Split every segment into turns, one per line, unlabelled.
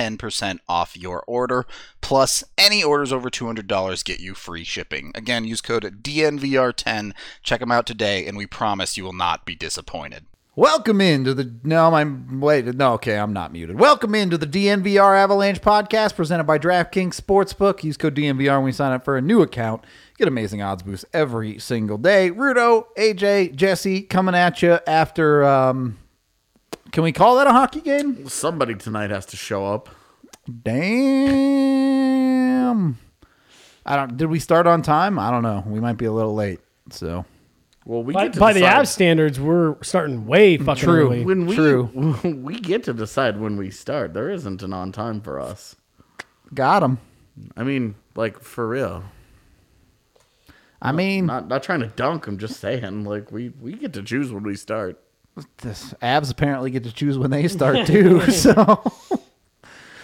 10% off your order. Plus, any orders over $200 get you free shipping. Again, use code DNVR10. Check them out today, and we promise you will not be disappointed.
Welcome into the no, I'm wait, no, okay, I'm not muted. Welcome into the DNVR Avalanche podcast presented by DraftKings Sportsbook. Use code DNVR when you sign up for a new account. Get amazing odds boosts every single day. Rudo, AJ, Jesse coming at you after. Um, can we call that a hockey game?
Somebody tonight has to show up.
Damn, I don't. Did we start on time? I don't know. We might be a little late. So
Well, we
By,
get to
by the
decide-
Avs standards, we're starting way fucking
True.
early.
When we
True.
we get to decide when we start. There isn't an on time for us.
got him.
I mean, like for real.
I mean,
Not not trying to dunk. I'm just saying, like we we get to choose when we start.
this abs apparently get to choose when they start too so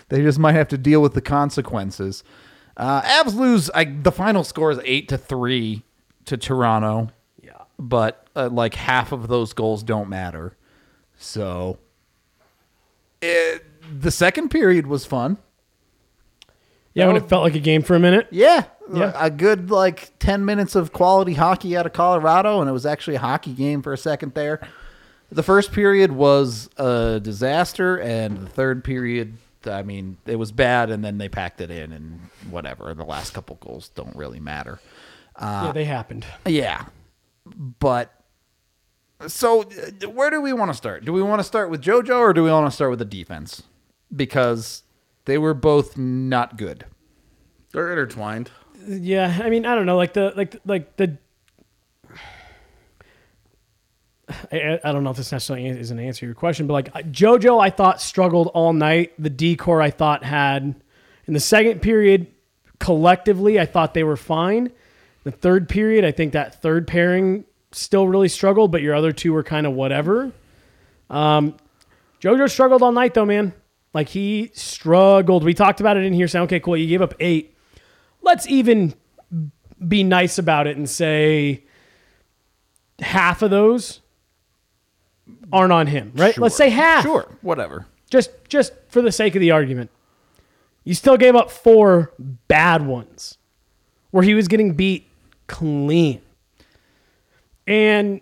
they just might have to deal with the consequences uh, abs lose I, the final score is eight to three to toronto yeah but uh, like half of those goals don't matter so it, the second period was fun
Yeah, when it felt like a game for a minute.
yeah.
Yeah.
A good like 10 minutes of quality hockey out of Colorado, and it was actually a hockey game for a second there. The first period was a disaster, and the third period, I mean, it was bad, and then they packed it in, and whatever. The last couple goals don't really matter.
Ah.
yeah, they happened.
Yeah. But so uh, where do we want to start? Do we want to start with JoJo or do we want to start with the defense? Because they were both not good.
They're intertwined.
Yeah, I mean, I don't know, like the like like the. I, I- I don't know if this necessarily is an answer to your question, but like I- JoJo, I thought struggled all night. The decor I thought had in the second period collectively, I thought they were fine. The third period, I think that third pairing still really struggled, but your other two were kind of whatever. JoJo struggled all night though, man. Like he struggled. We talked about it in here. Saying, okay, cool. You gave up eight. Let's even be nice about it and say half of those aren't on him, right? Let's say half.
Sure, whatever.
Just just for the sake of the argument. You still gave up four bad ones where he was getting beat clean. And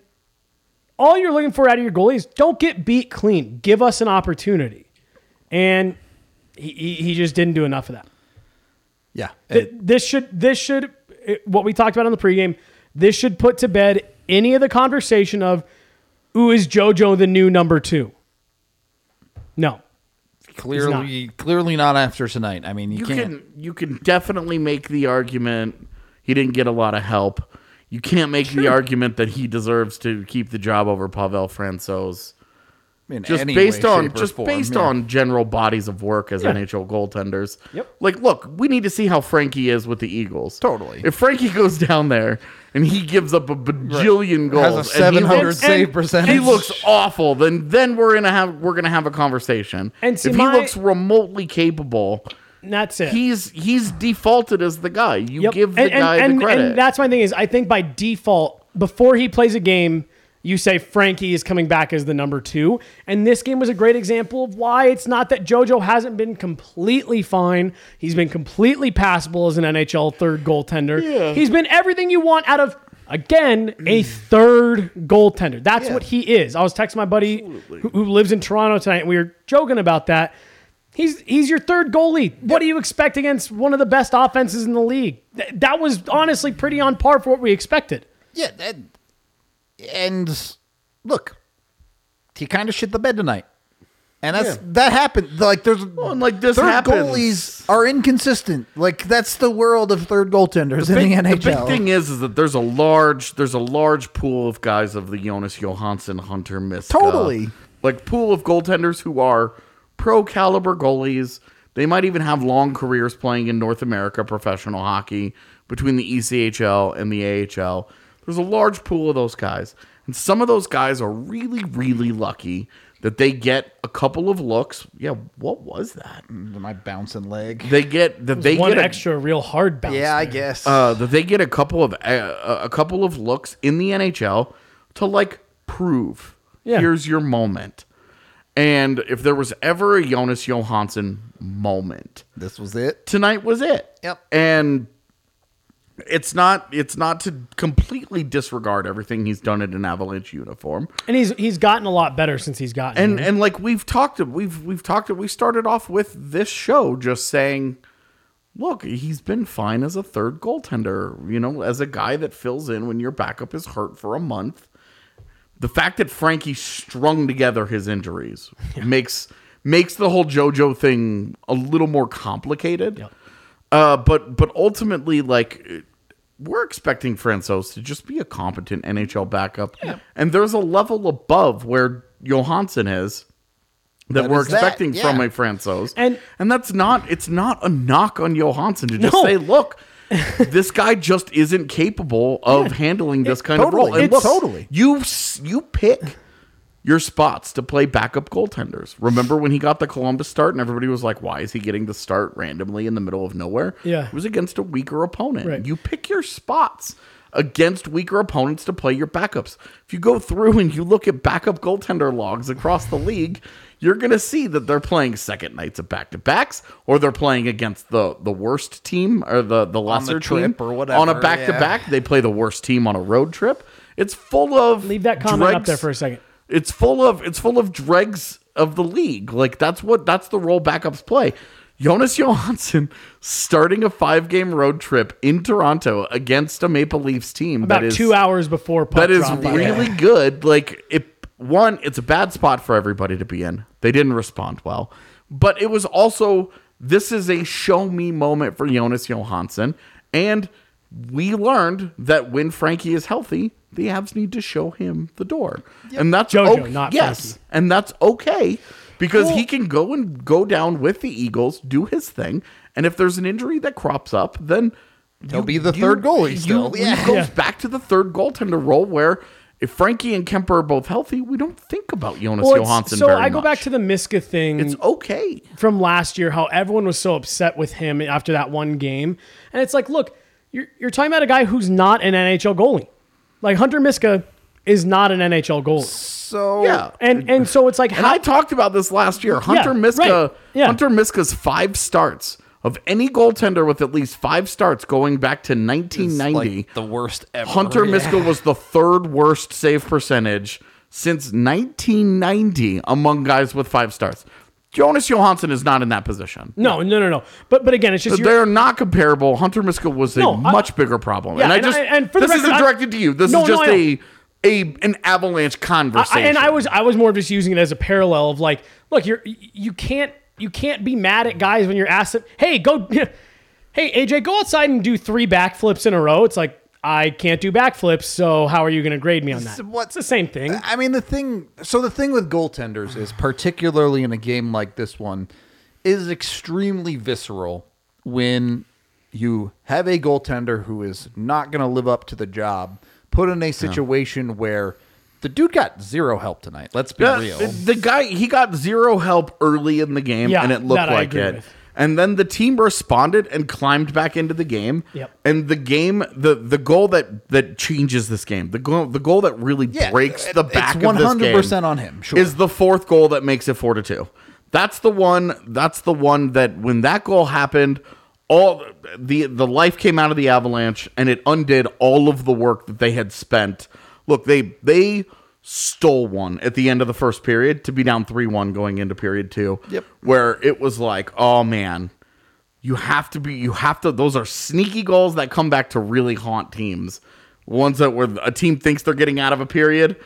all you're looking for out of your goalie is don't get beat clean. Give us an opportunity. And he, he, he just didn't do enough of that.
Yeah.
Th- this should this should it- what we talked about on the pregame. This should put to bed any of the conversation of, "Ooh, is JoJo the new number two? No,
clearly clearly not after tonight. I mean, you,
You
can't.
can you can definitely make the argument he didn't get a lot of help. You can't make the argument that he deserves to keep the job over Pavel Francouz.
in
just
any
based
way,
on
shape, or
just
form,
based
yeah.
on general bodies of work as
Yeah.
NHL goaltenders.
Yep.
Like, look, we need to see how Frankie is with the Eagles.
Totally.
If Frankie goes down there and he gives up a bajillion
has
goals,
a
and he
seven hundred
looks-
save
and-
percentage.
He looks awful. Then, then we're gonna have we're gonna have a conversation.
And see,
if
my-
he looks remotely capable,
And that's it.
he's he's defaulted as the guy. You
Yep.
give the
and, and-
guy
and-
the credit.
And that's my thing is I think by default, before he plays a game, you say Frankie is coming back as the number two. And this game was a great example of why it's not that JoJo hasn't been completely fine. He's been completely passable as an NHL third goaltender. He's been everything you want out of Again, a third goaltender. That's what he is. I was texting my buddy who, who lives in Toronto tonight, and we were joking about that He's he's your third goalie. What do you expect against one of the best offenses in the league? Th- that was honestly pretty on par for what we expected.
Yeah, that, and look, he kind of shit the bed tonight, and that's that happened. Like there's
and, like, this
third
happens.
goalies are inconsistent. Like that's the world of third goaltenders in the NHL.
big thing is, is that there's a large there's a large pool of guys of the Jonas Johansson, Hunter Miss,
Totally.
like pool of goaltenders who are pro caliber goalies. They might even have long careers playing in North America professional hockey between the E ECHL and the AHL. There's a large pool of those guys, and some of those guys are really, really lucky that they get a couple of looks. Yeah, what was that?
My bouncing leg.
They get that they
One
get a-
extra real hard bounce.
Yeah, I
there.
guess.
uh, that they get a couple of uh, a couple of looks in the NHL to like prove
Yeah.
here's your moment. And if there was ever a Jonas Johansson moment,
this was it.
tonight was it.
Yep.
And it's not it's not to completely disregard everything he's done in an Avalanche uniform.
And he's he's gotten a lot better since he's gotten.
And
here.
and like we've talked we've we've talked we started off with this show just saying look, he's been fine as a third goaltender, you know, as a guy that fills in when your backup is hurt for a month. The fact that Frankie strung together his injuries makes makes the whole JoJo thing a little more complicated. Uh, but but ultimately, like we're expecting Franzos to just be a competent NHL backup, and there's a level above where Johansson is that,
That
we're
is that,
expecting from
yeah.
a Franzos,
And-
and that's not it's not a knock on Johansson to just
No.
say, look, this guy just isn't capable of handling this kind
totally.
of role. And
It's-
look,
totally.
you s- you pick your spots to play backup goaltenders. Remember when he got the Columbus start and everybody was like, "Why is he getting the start randomly in the middle of nowhere?"
Yeah.
it was against a weaker opponent.
Right.
You pick your spots against weaker opponents to play your backups. If you go through and you look at backup goaltender logs across the league, you're going to see that they're playing second nights of back-to-backs or they're playing against the the worst team or the the lesser
trip
team
or
on a
whatever,
back-to-back. They play the worst team on a road trip. It's full of
leave that comment up
dregs-
there for a second.
It's full of it's full of dregs of the league. Like that's what that's the role backups play. Jonas Johansson starting a five game road trip in Toronto against a Maple Leafs team
About
that is
two hours before puck
that is
drop, by the way.
really good. Like it one, it's a bad spot for everybody to be in. They didn't respond well. But it was also this is a show me moment for Jonas Johansson. And we learned that when Frankie is healthy, the Avs need to show him the door. And that's
Jojo,
okay.
not
yes.
Frankie.
And that's okay because he can go and go down with the Eagles, do his thing. And if there's an injury that crops up, then
He'll be the third goalie still.
you-
Yeah.
It goes back to the third goaltender role where if Frankie and Kemper are both healthy, we don't think about Jonas
Well, it's-
Johansson.
so
very
I go
much.
back to the Miska thing.
it's okay.
from last year how everyone was so upset with him after that one game. And it's like, look, you're, you're talking about a guy who's not an NHL goalie. Like Hunter Miska is not an NHL goalie.
So
Yeah.
And and so it's like
And I talked about this last year. Hunter Miska,
right. Yeah.
Hunter Miska's five starts of any goaltender with at least five starts going back to 1990.
Like the worst ever.
Hunter Miska was the third worst save percentage since 1990 among guys with five starts. Jonas Johansson is not in that position.
no, no, no, no. But but again, it's just you're-
They're not comparable. Hunter Miska was a
No, I-
much bigger problem.
Yeah,
and I
and
just
I- and for the
this
record,
isn't
I-
directed to you. This
No,
is
no,
just
I know.
a a an avalanche
I,
conversation.
and I was I was more just using it as a parallel of like, look, you're you can't you can't be mad at guys when you're asked, hey, go, hey AJ, go outside and do three backflips in a row. It's like I can't do backflips, so how are you going to grade me on that?
what-
It's the same thing.
I mean, the thing. So the thing with goaltenders is, particularly in a game like this one, is extremely visceral when you have a goaltender who is not going to live up to the job, put in a situation where the dude got zero help tonight. Let's be
Yeah,
real.
the- The guy he got zero help early in the game,
Yeah,
and it looked
that I
like
agree
it.
with.
And then the team responded and climbed back into the game.
Yep.
And the game, the the goal that that changes this game, the goal, the goal that really
Yeah,
breaks
it-
the back
it's
of this game,
100% on him, sure.
is the fourth goal that makes it four to two. That's the one. That's the one that when that goal happened, all the the life came out of the avalanche and it undid all of the work that they had spent. Look, they they stole one at the end of the first period to be down 3 1 going into period two.
Yep.
Where it was like, oh man, you have to be, you have to, those are sneaky goals that come back to really haunt teams. Ones that where a team thinks they're getting out of a period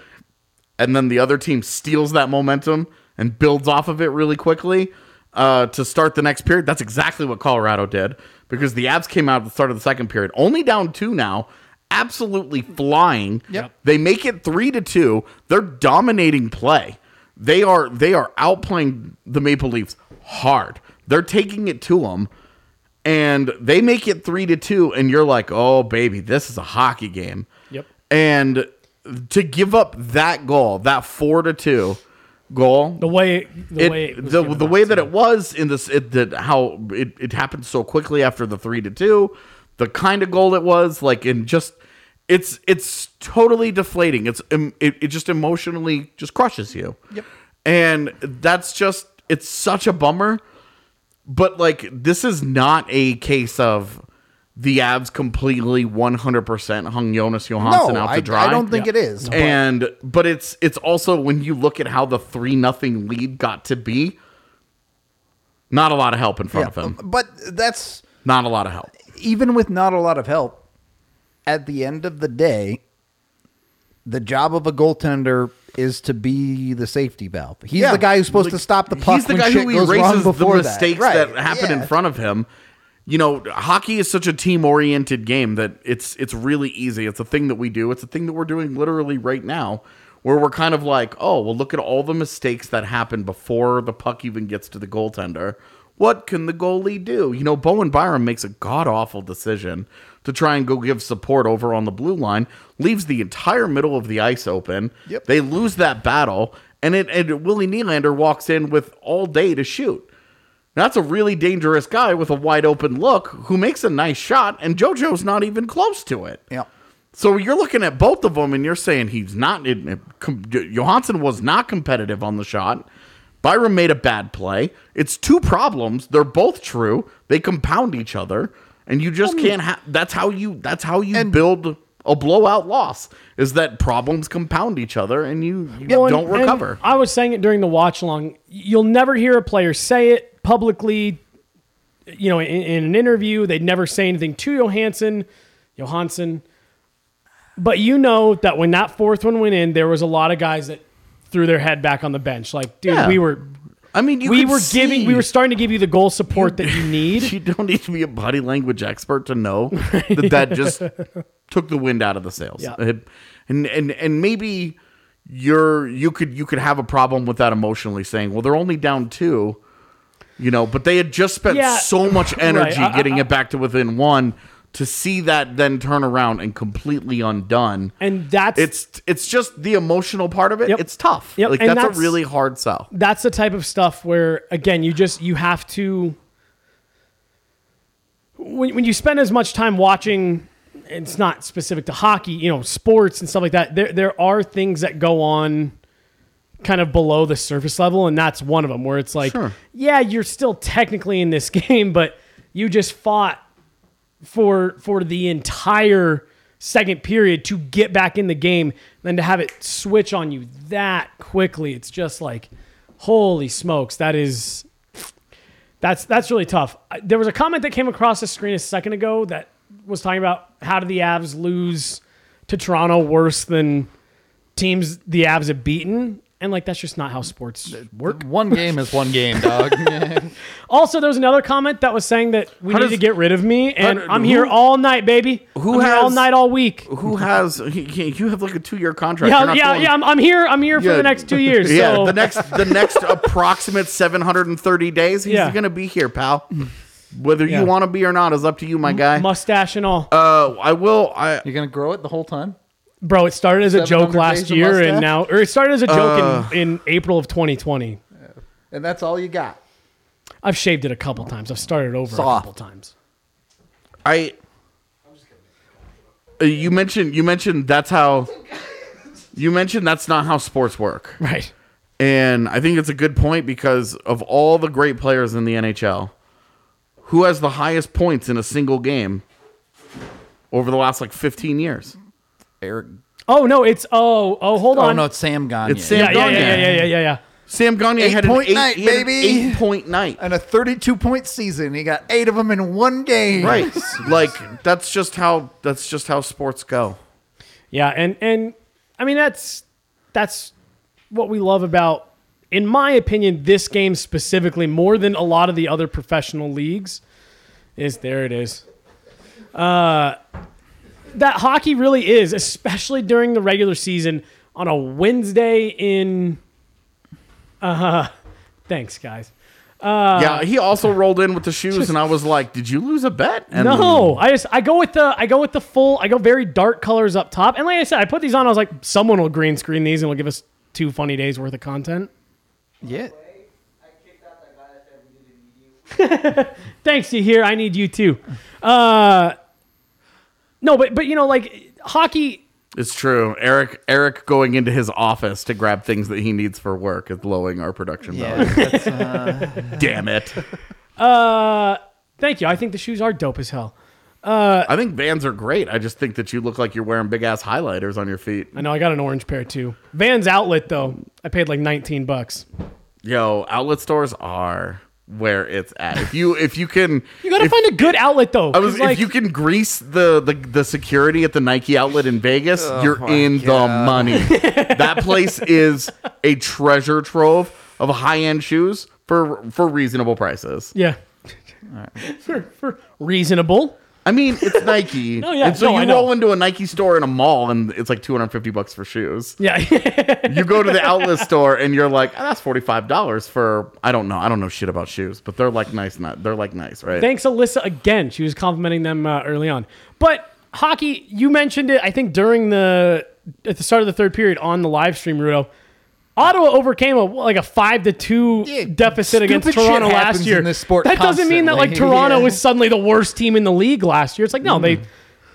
and then the other team steals that momentum and builds off of it really quickly uh, to start the next period. That's exactly what Colorado did because the Abs came out at the start of the second period, only down two now, absolutely flying.
Yep.
They make it three to two. They're dominating play. They are they are outplaying the Maple Leafs hard. They're taking it to them and they make it three to two, and you're like, oh baby, this is a hockey game.
Yep.
And to give up that goal, that four to two goal,
The way the
it-
way it was
the,
given
the
up,
way
so.
that it was in this it that how it, it happened so quickly after the three to two the kind of goal it was like in just it's it's totally deflating it's em- it, it just emotionally just crushes you yep and that's just it's such a bummer but like this is not a case of the abs completely 100% hung Jonas Johansson
no,
out to
I,
dry
I don't think
Yeah.
it is.
and but it's it's also when you look at how the three nothing lead got to be, not a lot of help in front
Yeah,
of him.
But that's
Not a lot of help.
even with not a lot of help. At the end of the day, the job of a goaltender is to be the safety valve. He's
Yeah.
the guy who's supposed
Like,
to stop the puck
He's the
when
guy
shit
who
goes wrong
erases the
before
mistakes
that,
that,
Right.
happen
Yeah.
in front of him. You know, hockey is such a team-oriented game that it's it's really easy. It's a thing that we do. It's a thing that we're doing literally right now, where we're kind of like, oh, well, look at all the mistakes that happen before the puck even gets to the goaltender. What can the goalie do? You know, Bowen Byram makes a god awful decision to try and go give support over on the blue line, leaves the entire middle of the ice open.
Yep.
They lose that battle, and it and Willie Nylander walks in with all day to shoot. That's a really dangerous guy with a wide open look who makes a nice shot, and JoJo's not even close to it.
Yeah.
So you're looking at both of them, and you're saying he's not. It, com, Johansson was not competitive on the shot. Byram made a bad play. It's two problems. They're both true. They compound each other, and you just can't. Ha- that's how you. That's how you build a blowout loss. Is that problems compound each other, and you, you
Well, and-
don't
and
recover.
I was saying it during the watch along. You'll never hear a player say it publicly. You know, in, in an interview, they'd never say anything to Johansson, Johansson. But you know that when that fourth one went in, there was a lot of guys that threw their head back on the bench. Like, dude,
Yeah.
we were
I mean, you
we
could
were giving we
see-
were starting to give you the goal support that you need.
You don't need to be a body language expert to know that that just took the wind out of the sails.
Yeah.
It- And and and maybe you're you could you could have a problem with that emotionally saying, well, they're only down two, you know, but they had just spent
Yeah.
so much energy
I- I-
getting it back to within one to see that then turn around and completely undone.
and that's
it's it's just the emotional part of it.
Yep.
It's tough.
Yep,
Like
and
that's,
that's-
a really hard sell.
that's the type of stuff where again you just you have to when, when you spend as much time watching it's not specific to hockey you know sports and stuff like that there, there are things that go on kind of below the surface level and that's one of them where it's like
Sure.
yeah you're still technically in this game but you just fought for for the entire second period to get back in the game then to have it switch on you that quickly it's just like holy smokes that is that's that's really tough I- there was a comment that came across the screen a second ago that was talking about how did the avs lose to toronto worse than teams the avs have beaten and like that's just not how sports work
One game is one game, dog.
also there was another comment that was saying that we
How
need
does-
to get rid of me and
how do-
i'm here
who-
all night baby
who
I'm here all
has-
night all week
Who has you have like a two year contract? You're
Yeah,
not
yeah,
going-
yeah. I'm, I'm here. I'm here for
Yeah.
the next two years.
Yeah,
so
the next the next approximate 730 days, he's
Yeah.
gonna be here, pal. Whether
Yeah.
you want to be or not is up to you, my guy.
mustache and all,
Uh, I will. I
You're gonna grow it the whole time.
bro. It started as a joke
700
last
days of
year,
mustache?
and now, or it started as a joke
Uh.
in, in April of 2020.
And that's all you got.
I've shaved it a couple times. I've started over
Soft.
a couple times.
I. Uh, You mentioned you mentioned that's how. You mentioned that's not how sports work,
Right.
and I think it's a good point because of all the great players in the NHL, who has the highest points in a single game over the last like 15 years?
Eric
Oh no, it's oh oh hold
Oh
on.
no, it's Sam Gagne.
It's Sam
yeah, yeah,
Gagne.
yeah, yeah, yeah, yeah, yeah.
Sam Gagne had an
Eight-point
eight,
night,
he had an
baby.
eight-point night.
and a 32 point season. He got eight of them in one game.
Right, like that's just how that's just how sports go.
Yeah, and and I mean that's that's what we love about in my opinion this game specifically more than a lot of the other professional leagues is there it is. Uh that hockey really is especially during the regular season on a Wednesday in uh thanks guys. Uh,
yeah, he also rolled in with the shoes, and I was like, "Did you lose a bet?" And
No, I just I go with the I go with the full I go very dark colors up top. And like I said, I put these on. I was like, someone will green screen these and will give us two funny days worth of content.
Yeah.
Thanks to here, I need you too. Uh, no, but but you know like hockey.
It's true. Eric Eric going into his office to grab things that he needs for work is lowering our production value.
that's, uh,
Damn it.
Thank you. I think the shoes are dope as hell.
I think Vans are great. I just think that you look like you're wearing big ass highlighters on your feet.
I know I got an orange pair too. Vans Outlet though, I paid like 19 bucks.
Yo, outlet stores are where it's at. If you if you can
You gotta
if,
find a good outlet though.
I was,
'cause, like,
if you can grease the, the the security at the Nike outlet in Vegas,
Oh
you're in the money. that place is a treasure trove of high end shoes for for reasonable prices.
yeah. for, for reasonable.
I mean, it's Nike.
No, yeah,
and so
no, I
you
know.
roll into a Nike store in a mall and it's like 250 bucks for shoes.
Yeah.
You go to the outlet store and you're like, "Ah, that's $45 for I don't know. I don't know shit about shoes, but they're like nice not they're like nice, right?
Thanks, Alyssa, again. She was complimenting them uh, early on. But hockey, you mentioned it, I think, during the at the start of the third period on the live stream, Rudo. Ottawa overcame a like a five to two
Yeah,
deficit against
stupid shit
Toronto
happens
last year.
in this sport
that doesn't mean that like
constantly.
Toronto
Yeah. Mm.
was suddenly the worst team in the league last year. It's like no, they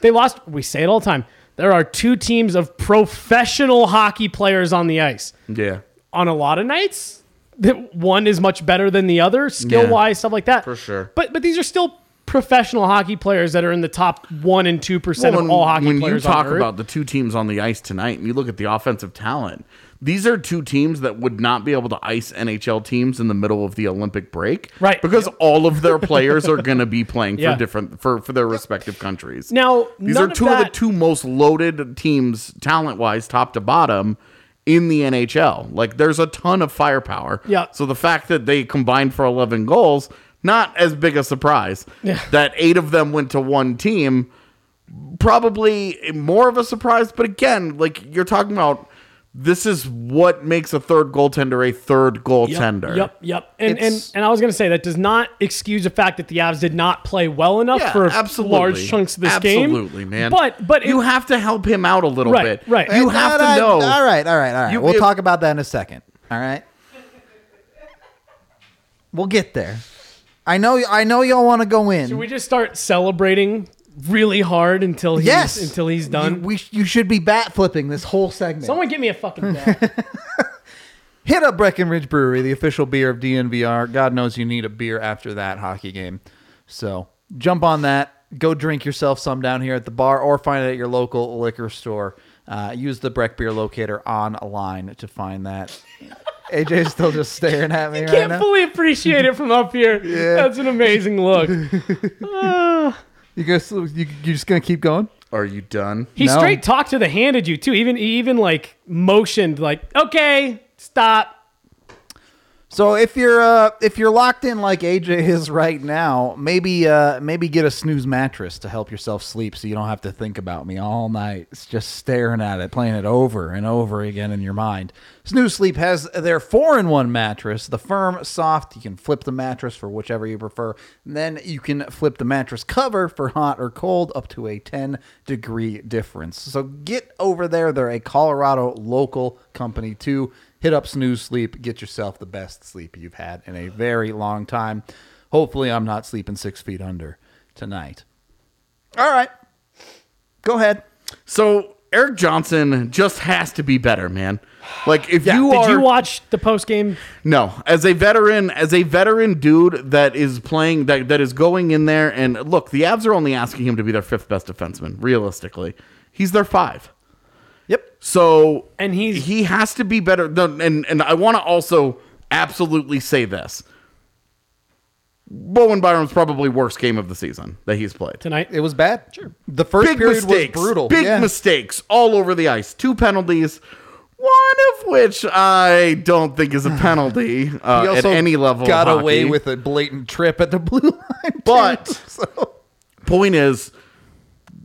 they lost. We say it all the time. There are two teams of professional hockey players on the ice
yeah.
on a lot of nights that one is much better than the other skill wise stuff like that
for sure.
but but these are still professional hockey players that are in the top 1 and 2%
Well,
of all hockey
when
players
you talk
on Earth.
about the two teams on the ice tonight and you look at the offensive talent these are two teams that would not be able to ice NHL teams in the middle of the Olympic break,
Right.
Because all of their players are going to be playing
Yeah.
for different for, for their respective countries.
now
these
none
are two of,
that,
the two most loaded teams, talent wise, top to bottom, in the NHL. Like, there's a ton of firepower.
Yeah.
So the fact that they combined for 11 goals, not as big a surprise.
Yeah.
That eight of them went to one team, probably more of a surprise. But again, like you're talking about, this is what makes a third goaltender a third goaltender.
Yep, yep. And and
It's-
and I was going to say that does not excuse the fact that the Avs did not play well enough
Yeah,
for
absolutely.
large chunks of this game.
Absolutely, man.
But but
you
it-
have to help him out a little
Right,
bit.
right.
You have to know.
All right, all right, all right.
You-
we'll
if-
talk about that in a second. All right. We'll get there. I know. I know y'all want to go in.
should we just start celebrating really hard until he's
yes.
until he's
You,
done?
we, sh- you should be bat flipping this whole segment.
Someone give me a fucking bell.
Hit up Breckenridge Brewery, the official beer of DNVR. God knows you need a beer after that hockey game. So jump on that. Go drink yourself some down here at the bar or find it at your local liquor store. Uh, use the Breck Beer Locator online to find that. AJ's still just staring at me right
can't
now.
fully appreciate it from up here. That's an amazing look.
you guys, you, you just going to keep going?
Are you done?
He
No.
straight talked to the hand at you too. Even he even like motioned like, okay, stop.
So if you're uh, if you're locked in like AJ is right now, maybe uh, maybe get a snooze mattress to help yourself sleep, so you don't have to think about me all night. It's just staring at it, playing it over and over again in your mind. Snooze Sleep has their four-in-one mattress, the firm, soft. You can flip the mattress for whichever you prefer. And then you can flip the mattress cover for hot or cold, up to a 10 degree difference. So get over there. They're a Colorado local company too hit up snooze sleep get yourself the best sleep you've had in a very long time hopefully i'm not sleeping six feet under tonight all right go ahead
So Eric Johnson just has to be better, man. Like if you
Did
are
you watch the post game?
no, as a veteran, as a veteran dude that is playing that that is going in there and look, the Avs are only asking him to be their fifth best defenseman. Realistically, he's their five.
yep
So
And he's-
he has to be better. than- And and I want to also absolutely say this: Bowen Byram's probably worst game of the season that he's played.
tonight.
It was bad. Sure. The first
Big
period
mistakes,
was brutal.
Big
yeah.
mistakes all over the ice. Two penalties, one of which I don't think is a penalty
He
uh, at
also
any level. of
Got
hockey.
away with a blatant trip at the blue line.
But-
too, so.
Point is,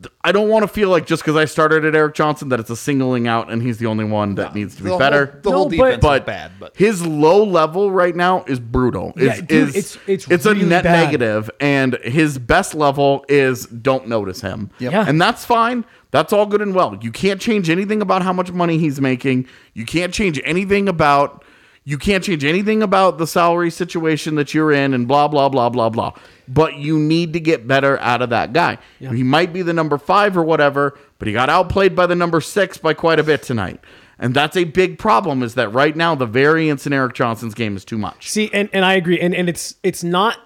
th- I don't want to feel like just because I started at Eric Johnson that it's a singling out and he's the only one that needs to be
the
better.
whole, the whole
No, but-
defense is
but
bad. But
his low level right now is brutal. Is-
dude,
is-
it's- it's
a
really
net
bad.
negative, and his best level is don't notice him.
Yeah.
and that's fine. That's all good and well. You can't change anything about how much money he's making. You can't change anything about. You can't change anything about the salary situation that you're in and blah, blah, blah, blah, blah. But you need to get better out of that guy. He might be the number five or whatever, but he got outplayed by the number six by quite a bit tonight. And that's a big problem is that right now the variance in Eric Johnson's game is too much.
See, and, and I agree. And and it's it's not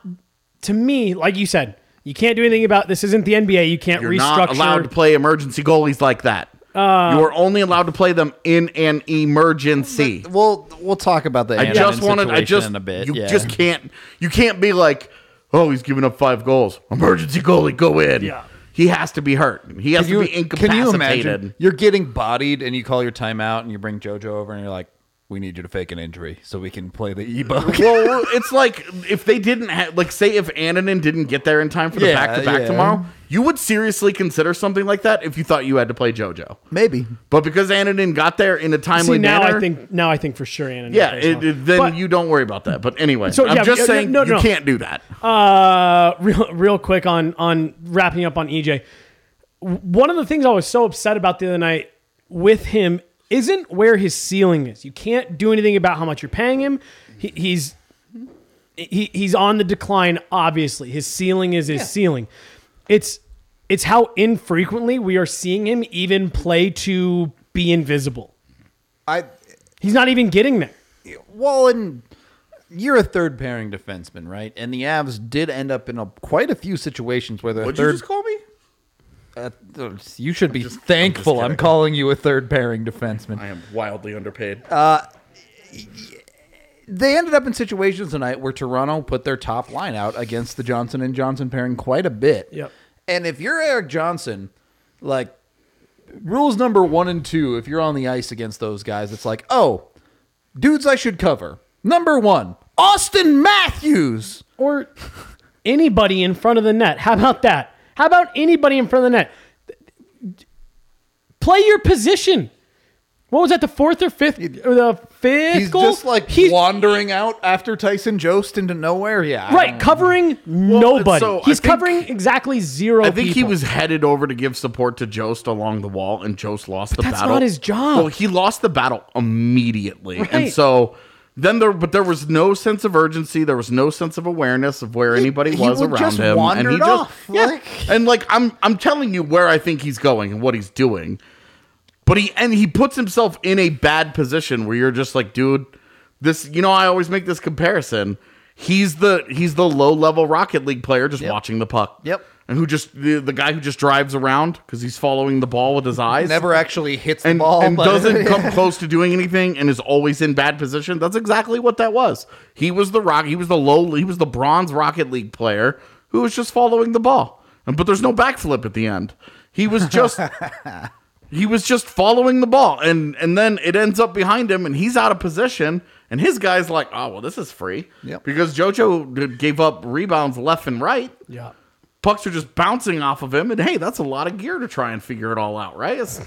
to me, like you said, you can't do anything about this isn't the NBA. You can't
You're
restructure
not allowed to play emergency goalies like that.
Uh,
you are only allowed to play them in an emergency.
we'll we'll talk about the.
I
Anaheim
just wanted I
situation
just
in a bit.
you
yeah.
just can't you can't be like, "Oh, he's giving up 5 goals. Emergency goalie, go in."
Yeah.
He has to be hurt. He has
Can
to
you-
be
can you
incapacitated.
imagine? You're getting bodied, and you call your timeout, and you bring JoJo over, and you're like, "We need you to fake an injury so we can play the e-book."
well, it's like if they didn't have, like, say if Ananin didn't get there in time for the
Yeah,
back to back
yeah.
tomorrow, you would seriously consider something like that if you thought you had to play JoJo.
Maybe
But because Ananin got there in a timely
See, now
manner,
I think now I think for sure, Anna.
yeah, it, it- then
But-
you don't worry about that. But anyway,
So,
I'm
yeah,
just
yeah,
saying
no,
you
no.
can't do that.
Uh, real real quick on on wrapping up on EJ. W- One of the things I was so upset about the other night with him isn't where his ceiling is. You can't do anything about how much you're paying him. He, he's he, he's on the decline. Obviously, his ceiling is his ceiling. It's it's how infrequently we are seeing him even play to be invisible.
I.
He's not even getting there.
Well, and you're a third pairing defenseman, right? And the Avs did end up in a, quite a few situations where their
Would you
third.
just call me?
uh, you should be thankful. I'm, calling you a third pairing defenseman.
I am wildly underpaid.
they ended up in situations tonight where Toronto put their top line out against the Johnson and Johnson pairing quite a bit.
Yep.
And if you're Eric Johnson, like rules number one and two, if you're on the ice against those guys, it's like, oh, dudes I should cover. Number one, Austin Matthews.
or anybody in front of the net. How about that? How about anybody in front of the net? Play your position. What was that? The fourth or fifth? Or the fifth
He's
goal?
just like
He's-
wandering out after Tyson Jost into nowhere. Yeah. I
right
don't-
covering nobody.
so I
He's
think-
covering exactly zero.
I think he
people.
was headed over to give support to Jost along the wall, and Jost lost the
that's
battle.
not his job.
Well, he lost the battle immediately, and
Right.
so then there, but there was no sense of urgency. There was no sense of awareness of where anybody
he
was
would
around
just
him, and he
wandered
just
off,
yeah.
like-
And like I'm, I'm telling you where I think he's going and what he's doing. But he and he puts himself in a bad position where you're just like, dude, this. You know, I always make this comparison. He's the he's the low level Rocket League player just watching the puck.
Yep.
And who just the, the guy who just drives around because he's following the ball with his eyeyes.
Never actually hits
and,
the ball.
and
but-
doesn't come close to doing anything and is always in bad position. That's exactly what that was. He was the rock. He was the low. He was the bronze Rocket League player who was just following the ball. And but there's no backflip at the end. He was just he was just following the ball and and then it ends up behind him and he's out of position and his guy's like oh well this is free
Yep.
because jojo did- gave up rebounds left and right
Yeah.
pucks are just bouncing off of him and hey that's a lot of gear to try and figure it all out right It's-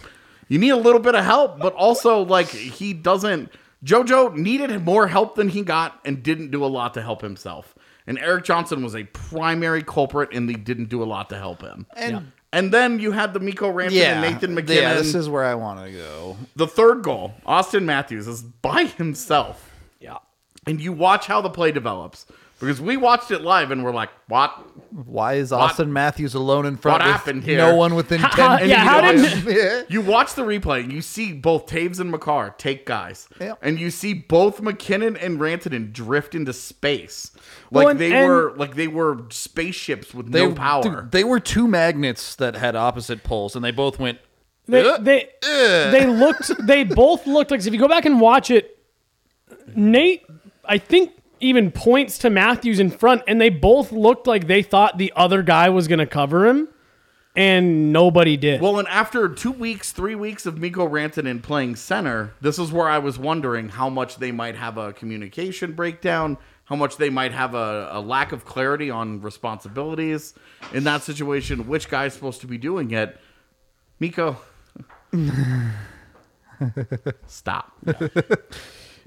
you need a little bit of help but also like he doesn't jojo needed more help than he got and didn't do a lot to help himself and eric johnson was a primary culprit and they didn't do a lot to help him
And- Yeah.
and then you had the Miko Ranton
yeah,
and Nathan McKinnon
Yeah, this is where I want to go.
the third goal, Austin Matthews is by himself.
Yeah.
And you watch how the play develops. Because we watched it live and we're like, what?
Why is Austin Matthews alone in front
What
of
happened here?
no one within 10
how-
feet
yeah, how
of
did-
him?
You watch the replay, and you see both Taves and McCarr take guys.
Yep.
And you see both McKinnon and Rantanen drift into space. Like
Well, and-
they
and-
were like they were spaceships with
They-
no power.
dude, they were two magnets that had opposite poles, and they both went
They they, they looked they both looked like if you go back and watch it, Nate I think even points to Matthews in front, and they both looked like they thought the other guy was gonna cover him, and nobody did.
Well, and after two weeks, three weeks of Miko Rantanen playing center, this is where I was wondering how much they might have a communication breakdown, how much they might have a, a lack of clarity on responsibilities in that situation, which guy's supposed to be doing it. Miko, stop.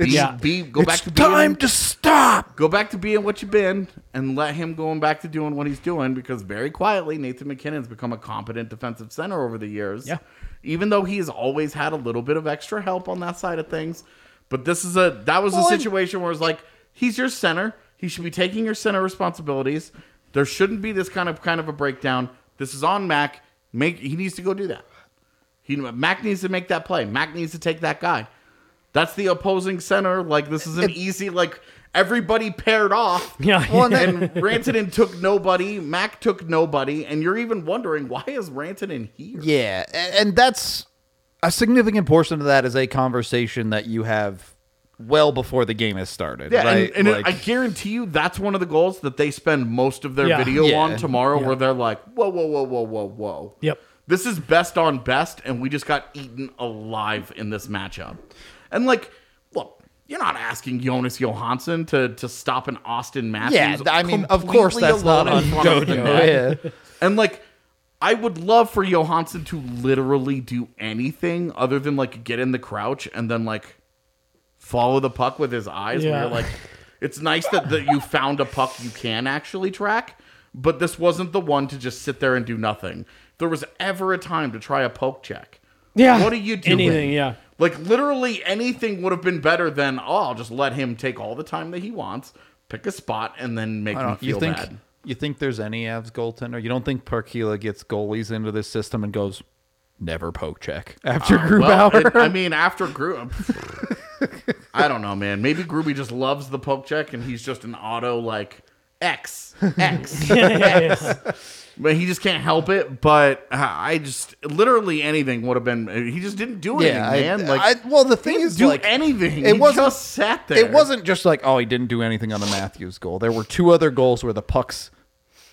Yeah.
Be, be, go back to being-
to stop.
go back to being what you've been and let him going back to doing what he's doing because very quietly Nathan McKinnon's become a competent defensive center over the years.
Yeah.
Even though he's always had a little bit of extra help on that side of things. But this is a that was a situation where it's like he's your center. He should be taking your center responsibilities. There shouldn't be this kind of kind of a breakdown. This is on Mac. Make he needs to go do that. He Mac needs to make that play. Mac needs to take that guy. That's the opposing center. Like this is an easy like everybody paired off.
Yeah.
Well, and then Rantanen took nobody. Mac took nobody, and you're even wondering why is Rantanen here?
Yeah, a- and that's a significant portion of that is a conversation that you have well before the game has started.
Yeah,
right?
and, and
Like-
I guarantee you that's one of the goals that they spend most of their
Yeah.
video
Yeah.
on tomorrow, where they're like, whoa, whoa, whoa, whoa, whoa, whoa.
Yep.
This is best on best, and we just got eaten alive in this matchup. And like, look, you're not asking Jonas Johansson to to stop an Austin Matthews.
yeah, I mean, of course
completely
that's not
alone in front of the net.
ungojo. Yeah.
And like, I would love for Johansson to literally do anything other than like get in the crouch and then like follow the puck with his eyes. Where
Yeah.
you're like, it's nice that, that you found a puck you can actually track, but this wasn't the one to just sit there and do nothing. There was ever a time to try a poke check.
yeah.
What are you doing?
Anything, yeah.
Like literally anything would have been better than oh, I'll just let him take all the time that he wants, pick a spot, and then make
I
him
don't,
feel
you think
bad.
you think there's any Avs goaltender? You don't think Parkila gets goalies into this system and goes never poke check after
Uh, Well,
Grubauer?
it- I mean, after Groob, I don't know, man. Maybe Groovy just loves the poke check, and he's just an auto like X X. but he just can't help it. But uh, I just literally anything would have been. He just didn't do anything,
yeah,
man.
I,
like
I- well, the thing
he
is,
didn't do
like,
anything.
it
It was
wasn't-
just sat there.
It wasn't just like, oh, he didn't do anything on the Matthews goal. There were two other goals where the puck's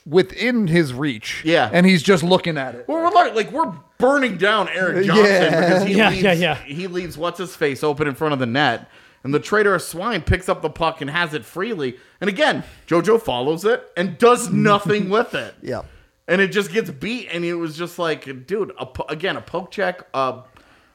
within his reach.
Yeah.
And he's just looking at it.
Well, we're like, like we're burning down Eric Johnson because he
Yeah,
leaves,
yeah, yeah.
he leaves what's his face open in front of the net, and the traitor of swine picks up the puck and has it freely. And again, JoJo follows it and does nothing with it.
Yeah.
and it just gets beat. And it was just like, dude, a, po- again, a poke check. Uh,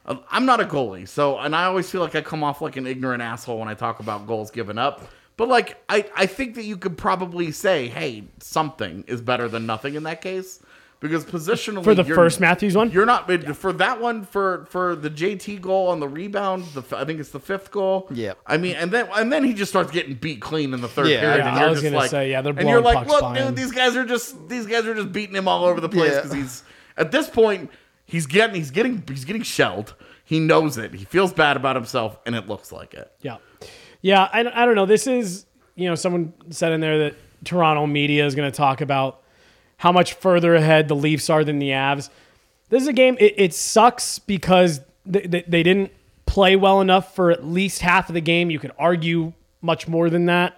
uh, I'm not a goalie, so and I always feel like I come off like an ignorant asshole when I talk about goals given up. But like, I I think that you could probably say, hey, something is better than nothing in that case. Because positionally,
For the
you're-
first Matthews one?
you're not but for that one for for the JT goal on the rebound. The f- I think it's the fifth goal.
Yep.
I mean, and then and then he just starts getting beat clean in the third
Yeah.
period.
Yeah,
and
I
you're
was
just
gonna
like-
say, yeah, they're
and you're
blowing
like,
pucks
look,
by
dude,
him."
these guys are just these guys are just beating him all over the place
Yeah.
because he's at this point he's getting he's getting he's getting shelled. He knows it. He feels bad about himself, and it looks like it.
Yeah. Yeah. I, I don't know. This is, you know, someone said in there that Toronto media is going to talk about how much further ahead the Leafs are than the Avs. This is a game, it, it sucks because they, they, they didn't play well enough for at least half of the game. You could argue much more than that.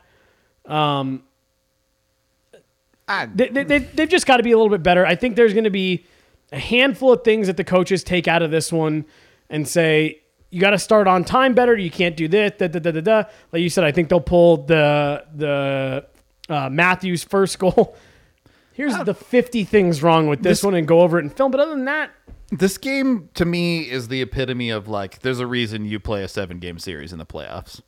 they, they, they, they've just got to be a little bit better. I think there's going to be a handful of things that the coaches take out of this one and say, you got to start on time better. You can't do this. Da, da, da, da, da. Like you said, I think they'll pull the the uh, Matthews first goal. Here's the 50 things wrong with this,
This-
one and go over it and film. But other than that,
This game to me is the epitome of like, there's a reason you play a seven game series in the playoffs.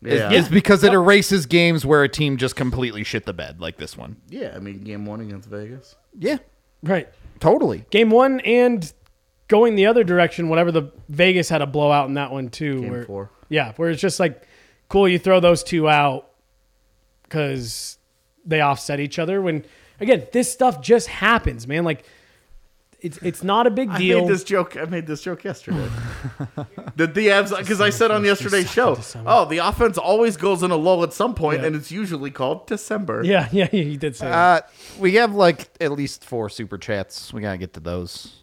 Yeah,
It's because it erases games where a team just completely shit the bed, like this one.
yeah. I mean, game one against Vegas.
Yeah,
right.
totally.
Game one and going the other direction, whatever the Vegas had a blowout in that one too. where-
four.
Yeah, where it's just like, cool, you throw those two out because they offset each other. When again, this stuff just happens, man. Like it's it's not a big
I
deal.
made this joke. I made this joke yesterday. that the abs because I said on yesterday's show,
December.
oh, the offense always goes in a lull at some point, and it's usually called December.
yeah, yeah, you did say. that.
Uh, we have like at least four super chats. We gotta get to those.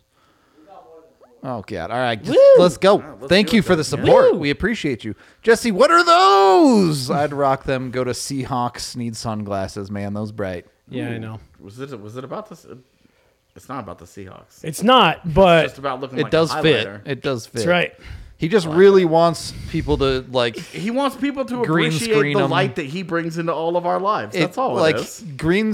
Oh God! All right,
Woo!
let's go.
Ah,
Thank you for the support.
Woo!
We appreciate you, Jesse. What are those? I'd rock them. Go to Seahawks. Need sunglasses, man. Those bright.
Yeah, I know.
Was it was it about this? It's not about the Seahawks. It's
It's not, but
just about looking.
It
like
does
a
fit.
highlighter.
It does fit.
that's right.
He just really wants people to like.
He wants people to
Green
appreciate
screen
the
'em.
light that he brings into all of our lives. That's
it-
all.
like
it is.
green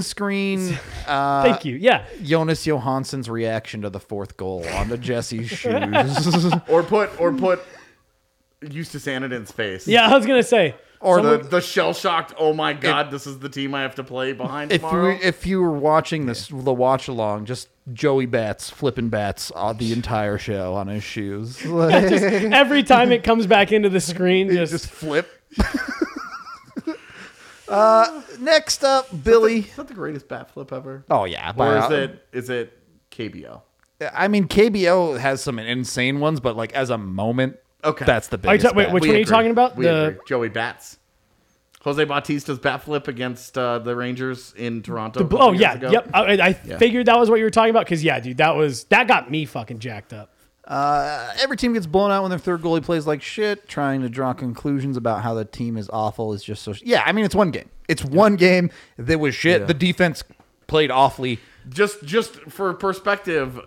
screen. Uh,
Thank you. Yeah.
Jonas Johansson's reaction to the fourth goal onto Jesse's shoes,
or put or put Eustace Anadin's face.
Yeah, I was going to say.
or
The, the shell shocked. Oh my god, this is the team I have to play behind
if you
tomorrow.
if you were watching this the watch along, just Joey Bats flipping bats on the entire show on his shoes. Like,
Every time it comes back into the screen, just,
flip. uh, next up, Billy.
is that the greatest bat flip ever?
Oh yeah,
Or
by-
is it is it KBO?
I mean, KBO has some insane ones, but like as a moment,
Okay.
that's the
Are you
biggest.
ta- wait,
bet.
which
We
one are you
agree.
talking about?
We
the
agree. Joey Bats. Jose Bautista's bat flip against uh, the Rangers in Toronto. a couple
Oh
years
yeah,
ago.
yep. I, I figured that was what you were talking about because yeah, dude, that was that got me fucking jacked up.
Uh, Every team gets blown out when their third goalie plays like shit. Trying to draw conclusions about how the team is awful is just so. Yeah, I mean, it's one game. It's one game that was shit. The defense played awfully.
Just just for perspective, uh,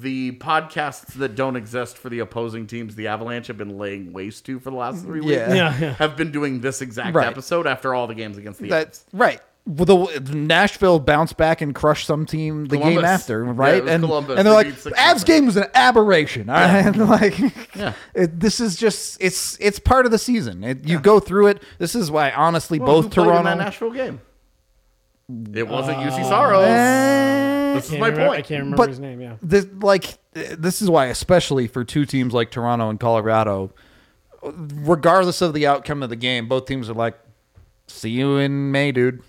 the podcasts that don't exist for the opposing teams, the Avalanche have been laying waste to for the last three weeks.
Yeah.
Yeah, yeah.
Have been doing this exact
Right.
episode after all the games against the
That's
Avs.
right. Well, the Nashville bounced back and crushed some team the game
Columbus.
after,
Yeah, it
right?
was
and
Columbus.
and they're
They
like,
beat six
Avs
nothing."
game was an aberration. All right, like,
Yeah.
it, this is just it's it's part of the season. It, you go through it. This is why, honestly,
Well,
both
who played in
Toronto.
that Nashville game. It wasn't UC Soros.
Eh,
This is
Can't
my
remember- I
point.
can't remember
But
his name. Yeah,
this, like this is why, especially for two teams like Toronto and Colorado, regardless of the outcome of the game, both teams are like, "See you in May, dude.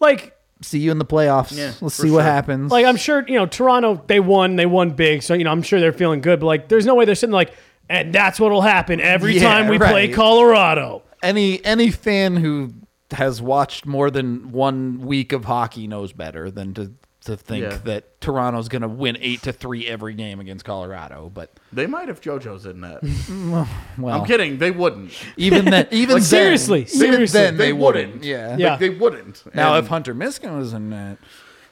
like
See you in the playoffs.
Yeah,
Let's
for
see what
sure.
happens."
like I'm sure you know Toronto. They won. They won big. So you know I'm sure they're feeling good. But like, there's no way they're sitting like, and that's what'll happen every
Yeah,
time we play
right.
Colorado.
any any fan who has watched more than one week of hockey knows better than to to think
Yeah.
that Toronto's going to win eight to three every game against Colorado. But
They might have JoJo's in that.
Mm, well,
I'm kidding. They wouldn't.
even that, even then-
seriously,
even
seriously.
then
They
they,
wouldn't.
wouldn't. Yeah.
Yeah.
Like, they wouldn't.
Now,
And-
if Hunter Miskin was in that,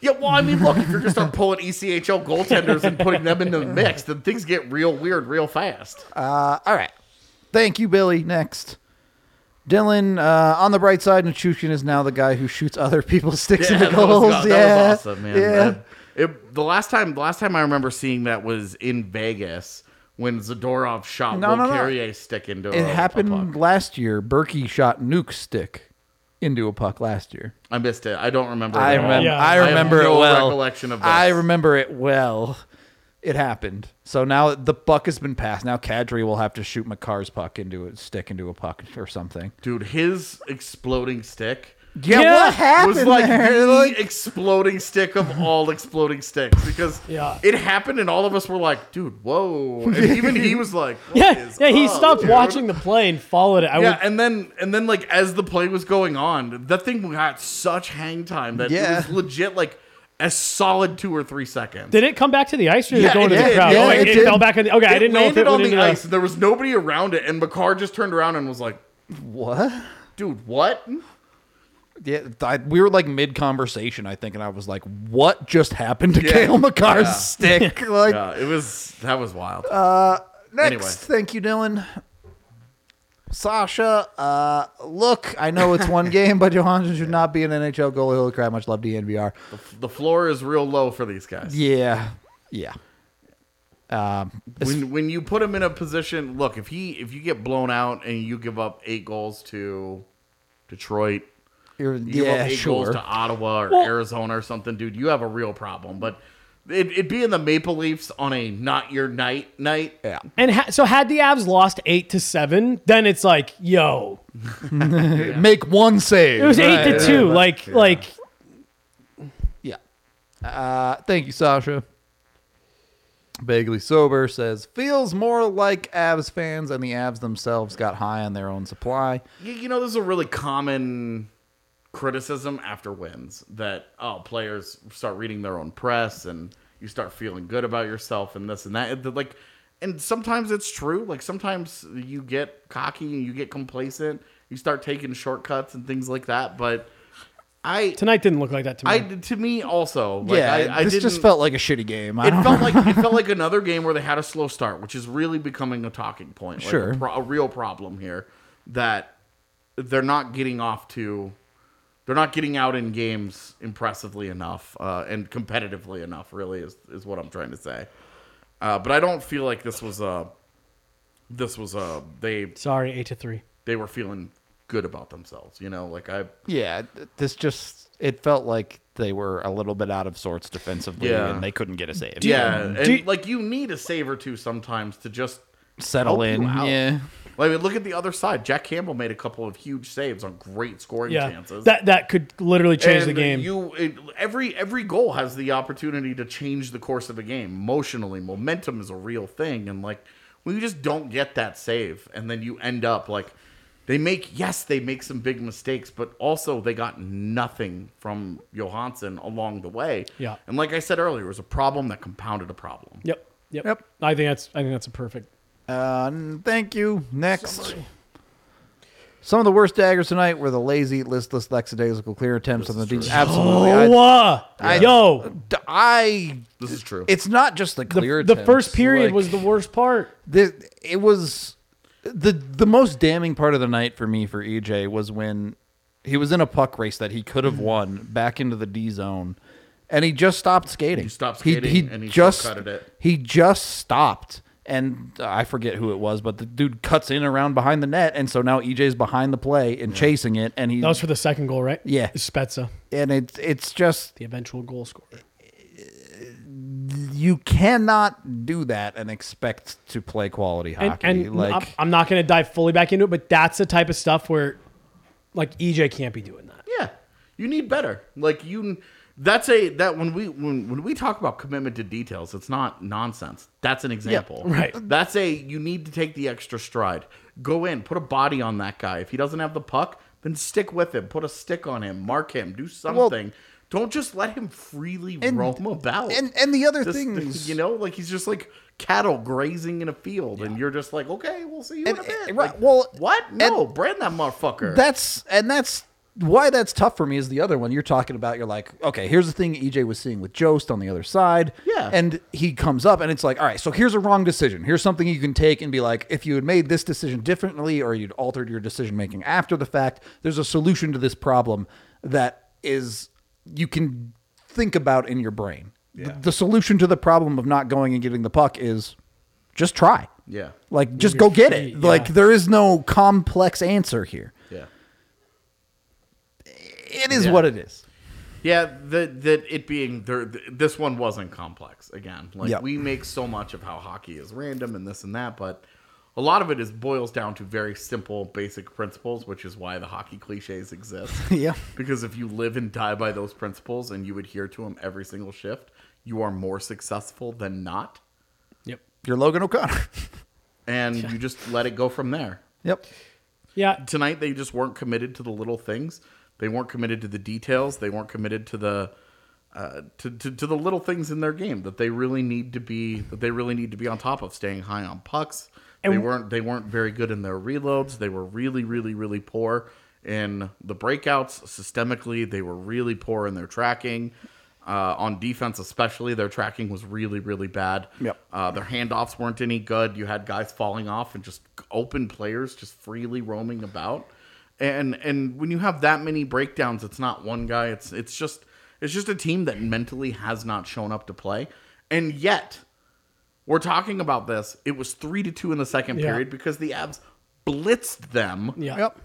Yeah, well, I mean, look, if you're gonna start pulling E ECHL goaltenders and putting them in the mix, then things get real weird real fast.
uh, all right. Thank you, Billy. Next. Dylan, uh, on the bright side, Nachushkin is now the guy who shoots other people's sticks
Yeah,
into goals.
that was,
yeah,
that was awesome, man.
Yeah.
That- it- the last time, the last time I remember seeing that was in Vegas when Zadorov shot
No,
Will
no, no.
Carrier stick into
it
a- a
happened
puck.
last year. Berkey shot Nuke stick into a puck last year.
I missed it. I don't remember. it
I
at all.
remember.
Yeah.
I
I
have
remember
no
it well.
recollection of
I
this.
remember it well. It happened. So now the buck has been passed. Now Kadri will have to shoot McCarr's puck into a stick into a puck or something.
dude. His exploding stick.
Yeah,
Yeah.
what happened
was like
there?
the
Like,
exploding stick of all exploding sticks because
Yeah.
it happened and all of us were like, dude, whoa. And even he was like, what
Yeah,
is
yeah. He
up,
stopped
dude?
watching the play and followed it. I
Yeah,
would,
and then and then like as the play was going on, that thing got such hang time that
Yeah.
it was legit like a solid two or three seconds.
did it come back to the ice or did
Yeah,
it go
it
into the
did.
crowd?
Yeah,
oh, wait,
it
it,
did.
fell back in. The, okay, I
It
didn't know if
landed
it
on
went
the
into
ice.
The,
and there was nobody around it, and Bakar just turned around and was like,
what?
"Dude, what?"
Yeah, I, we were like mid conversation, I think, and I was like, "What just happened to
Yeah.
Kale McCarr's
Yeah.
stick?" Like,
Yeah, Uh, it was that was wild.
Uh,
Next,
Anyway.
thank you, Dylan. Sasha, uh, look, I know it's one game, but Johansson should not be an NHL goalie. Holy crap, much love E DNVR.
the floor is real low for these guys.
Yeah, yeah. Um, it's-
when when you put him in a position look if he if you get blown out and you give up eight goals to detroit
you're-
you give up
yeah,
eight
sure.
goals to ottawa or
Well-
arizona or something dude you have a real problem but it, it'd be in the maple leafs on a not your night night
yeah,
and ha- so had the Avs lost eight to seven, then it's like, yo,
make one save.
it was eight to two. like, like
Yeah. Uh, thank you, Sasha. Vaguely sober says feels more like Avs fans and the Avs themselves got high on their own supply.
you, you know this is a really common criticism after wins that oh players start reading their own press and you start feeling good about yourself and this and that It- like and sometimes it's true. Like sometimes you get cocky and you get complacent. You start taking shortcuts and things like that. But I,
Tonight didn't look like that to me.
I to me also, like,
yeah,
I, I
this
didn't-
just felt like a shitty game. I
it
don't
felt like it felt like another game where they had a slow start, which is really becoming a talking point, like
Sure.
a, pro- a real problem here that they're not getting off to, they're not getting out in games impressively enough uh, and competitively enough. Really, is is what I'm trying to say. Uh, but I don't feel like this was a, this was a they
Sorry, eight to three.
they were feeling good about themselves. You know, like I
yeah, th- this just it felt like they were a little bit out of sorts defensively,
Yeah.
and they couldn't get a save.
yeah, and
do you-
like you need a save or two sometimes to just
settle
help you
in.
out.
Yeah,
Well, I mean, look at the other side. Jack Campbell made a couple of huge saves on great scoring
Yeah,
chances.
that that could literally change the
And
game.
You it, every every goal has the opportunity to change the course of a game emotionally. Momentum is a real thing, and like when you just don't get that save, and then you end up like they make yes they make some big mistakes, but also they got nothing from Johansson along the way.
Yeah.
and like I said earlier, it was a problem that compounded a problem.
yep, yep,
Yep.
I think that's I think that's a perfect.
Uh, n- thank you. Next. Some of the worst daggers tonight were the lazy, listless, lackadaisical clear attempts on the defense. Absolutely.
Oh,
I,
uh, yo,
d- I-
This is true.
It's not just the clear
the, the
attempts,
first period
like,
was the worst part.
the- it was the the most damning part of the night for me for EJ was when he was in a puck race that he could
Mm-hmm.
have won back into the D zone, and he just stopped skating. He
stopped
He,
skating and he
just
shortcutted it.
He just stopped, and uh, I forget who it was, but the dude cuts in around behind the net, and so now EJ's behind the play and chasing it, and he
That was for the second goal, right?
Yeah.
Spezza,
and it's it's just
the eventual goal scorer.
you cannot do that and expect to play quality
And,
hockey.
and
like
I'm, I'm not going to dive fully back into it, but that's the type of stuff where, like, EJ can't be doing that.
Yeah, you need better. Like you, that's a that when we when when we talk about commitment to details, it's not nonsense. That's an example,
right.
That's a you need to take the extra stride. Go in, put a body on that guy. If he doesn't have the puck, then stick with him. Put a stick on him. Mark him. Do something. Don't just let him freely roam about.
and and the other
This-
things
you know, like he's just like cattle grazing in a field, and you're just like, okay, we'll see you in a
And-
bit.
and- right,
Like,
well,
what?
and-
No, brand that motherfucker.
that's and that's why that's tough for me is the other one you're talking about you're like okay here's the thing ej was seeing with jost on the other side
Yeah.
and he comes up and it's like all right so here's a wrong decision here's something you can take and be like if you had made this decision differently or you'd altered your decision making after the fact there's a solution to this problem that is you can think about in your brain The- the solution to the problem of not going and getting the puck is just try
Yeah.
like just go get it
feet,
like
yeah.
there is no complex answer here
yeah.
it is
Yeah.
what it is.
Yeah, that that it being there, th- this one wasn't complex. Again, like
Yep.
we make so much of how hockey is random and this and that, but a lot of it is boils down to very simple, basic principles, which is why the hockey cliches exist.
Yeah.
because if you live and die by those principles and you adhere to them every single shift, you are more successful than not,
Yep.
You're Logan O'Connor.
and you just let it go from there.
yep.
Yeah.
tonight they just weren't committed to the little things. They weren't committed to the details. They weren't committed to the uh, to, to to the little things in their game that they really need to be that they really need to be on top of, staying high on pucks. they weren't they weren't very good in their reloads. They were really really really poor in the breakouts systemically. They were really poor in their tracking. Uh, on defense, especially, their tracking was really, really bad.
Yep.
Uh, their handoffs weren't any good. You had guys falling off and just open players just freely roaming about. And and when you have that many breakdowns, it's not one guy. It's it's just it's just a team that mentally has not shown up to play. And yet, we're talking about this. It was three to two in the second
Yeah.
period because the Abs blitzed them
Yeah.
Yep.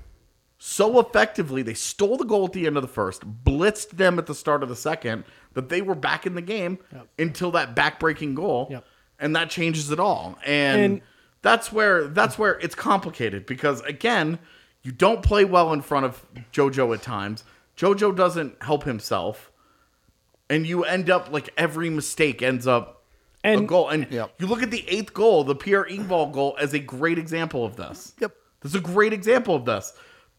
so effectively they stole the goal at the end of the first blitzed them at the start of the second that they were back in the game until that backbreaking goal
Yep.
and that changes it all and,
And-
that's where that's where it's complicated because again you don't play well in front of jojo at times jojo doesn't help himself and you end up like every mistake ends up a
And-
goal and
Yep.
you look at the eighth goal the pierre engvall goal as a great example of this
Yep.
this is a great example of this.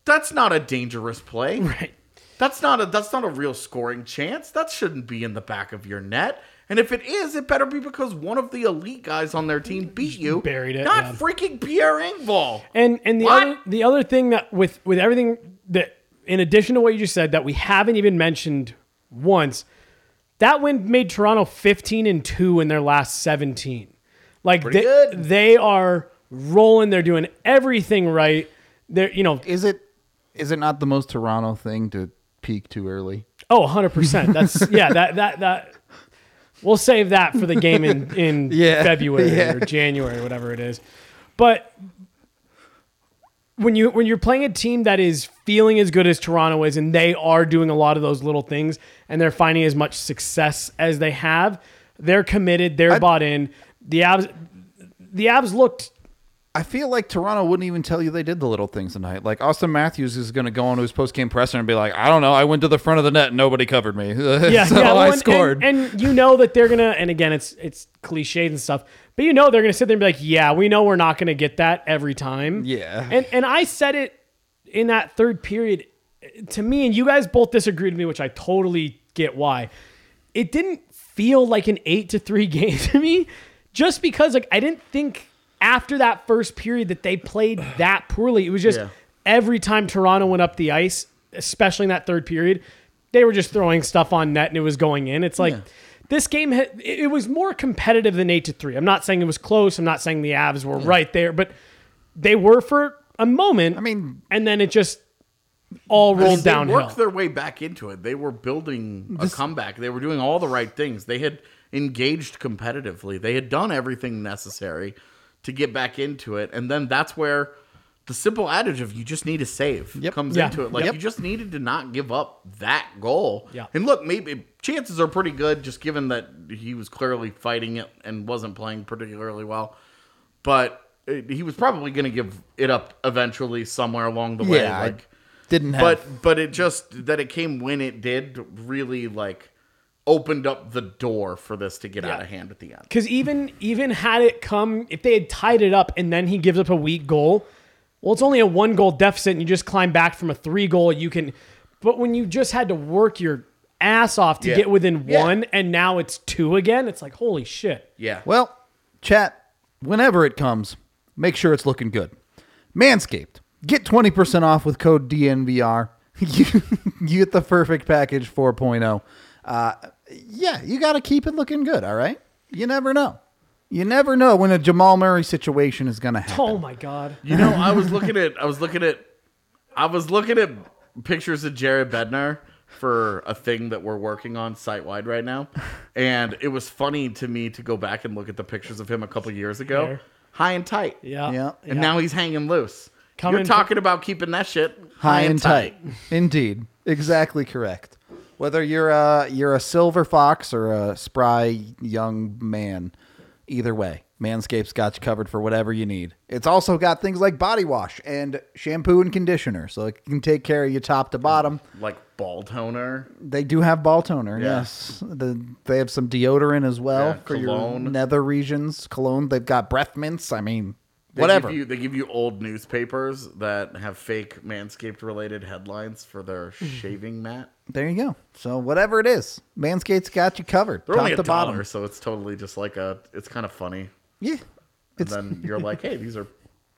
That's not a dangerous play.
Right.
That's not a that's not a real scoring chance. That shouldn't be in the back of your net. And if it is, it better be because one of the elite guys on their team beat you.
buried it,
Not
yeah.
freaking Pierre Engvall.
And and the
What?
other, the other thing that with with everything that in addition to what you just said that we haven't even mentioned once, that win made Toronto 15 and 2 in their last 17. Like they,
good.
they are rolling, they're doing everything right. They're you know,
Is it is it not the most Toronto thing to peak too early?
oh 100%. That's yeah, that that that we'll save that for the game in in
Yeah.
February
Yeah.
or January whatever it is. But when you when you're playing a team that is feeling as good as Toronto is, and they are doing a lot of those little things, and they're finding as much success as they have, they're committed, they're bought in. The abs, the abs looked
I feel like Toronto wouldn't even tell you they did the little things tonight. Like Austin Matthews is going to go on to his post game presser and be like, "I don't know, I went to the front of the net, and nobody covered me,
yeah,
so
yeah, well,
I
and-
scored."
And, and you know that they're gonna, and again, it's it's cliches and stuff, but you know they're gonna sit there and be like, yeah, we know we're not gonna get that every time.
Yeah.
and and I said it in that third period to me, and you guys both disagreed with me, which I totally get why. It didn't feel like an eight to three game to me, just because like I didn't think after that first period that they played that poorly. It was just
Yeah.
every time Toronto went up the ice, especially in that third period, they were just throwing stuff on net and it was going in. It's like this game, ha- it it was more competitive than eight to three. I'm not saying it was close. I'm not saying the Avs were right there, but they were for a moment. I
mean-
and then it just all rolled
they
downhill.
worked their way back into it. They were building a comeback. They were doing all the right things. They had engaged competitively. They had done everything necessary to get back into it. And then that's where the simple adage of you just need a save
Yep.
comes
Yeah.
into it. Like
Yep.
you just needed to not give up that goal.
Yeah.
And look, maybe chances are pretty good just given that he was clearly fighting it and wasn't playing particularly well. But uh, he was probably going to give it up eventually somewhere along the way.
yeah, I
Like,
didn't have.
but but it just that it came when it did really like opened up the door for this to get out of hand at the end.
Because even even had it come, if they had tied it up and then he gives up a weak goal, well, it's only a one goal deficit, and you just climb back from a three goal. You can, but when you just had to work your ass off to
Yeah.
get within
Yeah.
one, and now it's two again, it's like holy shit.
Yeah.
Well, chat, whenever it comes, make sure it's looking good. Manscaped. Get 20% off with code DNVR. you, you get the perfect package 4.0. Uh, yeah, you got to keep it looking good, all right? You never know. You never know when a Jamal Murray situation is going to happen.
Oh my god.
You know, I was looking at I was looking at I was looking at pictures of Jared Bednar for a thing that we're working on site wide right now. And it was funny to me to go back and look at the pictures of him a couple years ago.
Fair.
High and tight.
Yeah.
Yeah.
And now he's hanging loose.
Coming
You're
fr-
talking about keeping that shit
high and tight. Indeed, exactly correct. Whether you're a you're a silver fox or a spry young man, either way, Manscaped's got you covered for whatever you need. It's also got things like body wash and shampoo and conditioner, so it can take care of you top to bottom.
Like ball toner.
They do have ball toner,
Yeah.
yes. The, they have some deodorant as well
Yeah,
for your
cologne.
nether regions. Cologne. They've got breath mints. I mean,
They
whatever.
Give you, they give you old newspapers that have fake Manscaped related headlines for their shaving mat.
there you go. So whatever it is, Manscaped's got you covered,
They're
top
only a
to
dollar,
bottom.
so it's totally just like a. It's kind of funny.
Yeah.
And
It's,
then you're like, hey, these are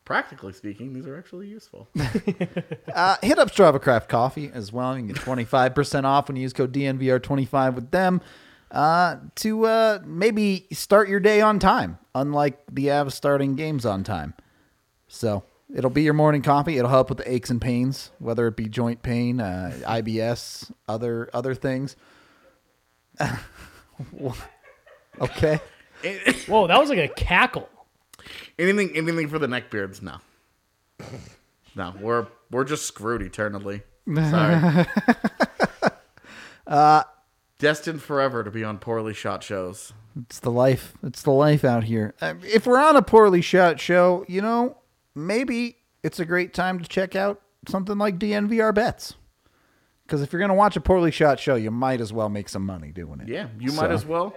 practically speaking, these are actually useful.
uh, hit up Strava Craft Coffee as well. You can get 25% off when you use code DNVR25 with them uh, to uh, maybe start your day on time, unlike the Avs starting games on time. So it'll be your morning coffee. It'll help with the aches and pains, whether it be joint pain, uh, IBS, other other things. okay.
Whoa, that was like a cackle.
anything, anything for the neckbeards? No, no, we're we're just screwed eternally. Sorry. uh, Destined forever to be on poorly shot shows.
It's the life. It's the life out here. Uh, If we're on a poorly shot show, you know, maybe it's a great time to check out something like DNVR bets. Because if you're going to watch a poorly shot show, you might as well make some money doing it.
Yeah, you might
So-
as well.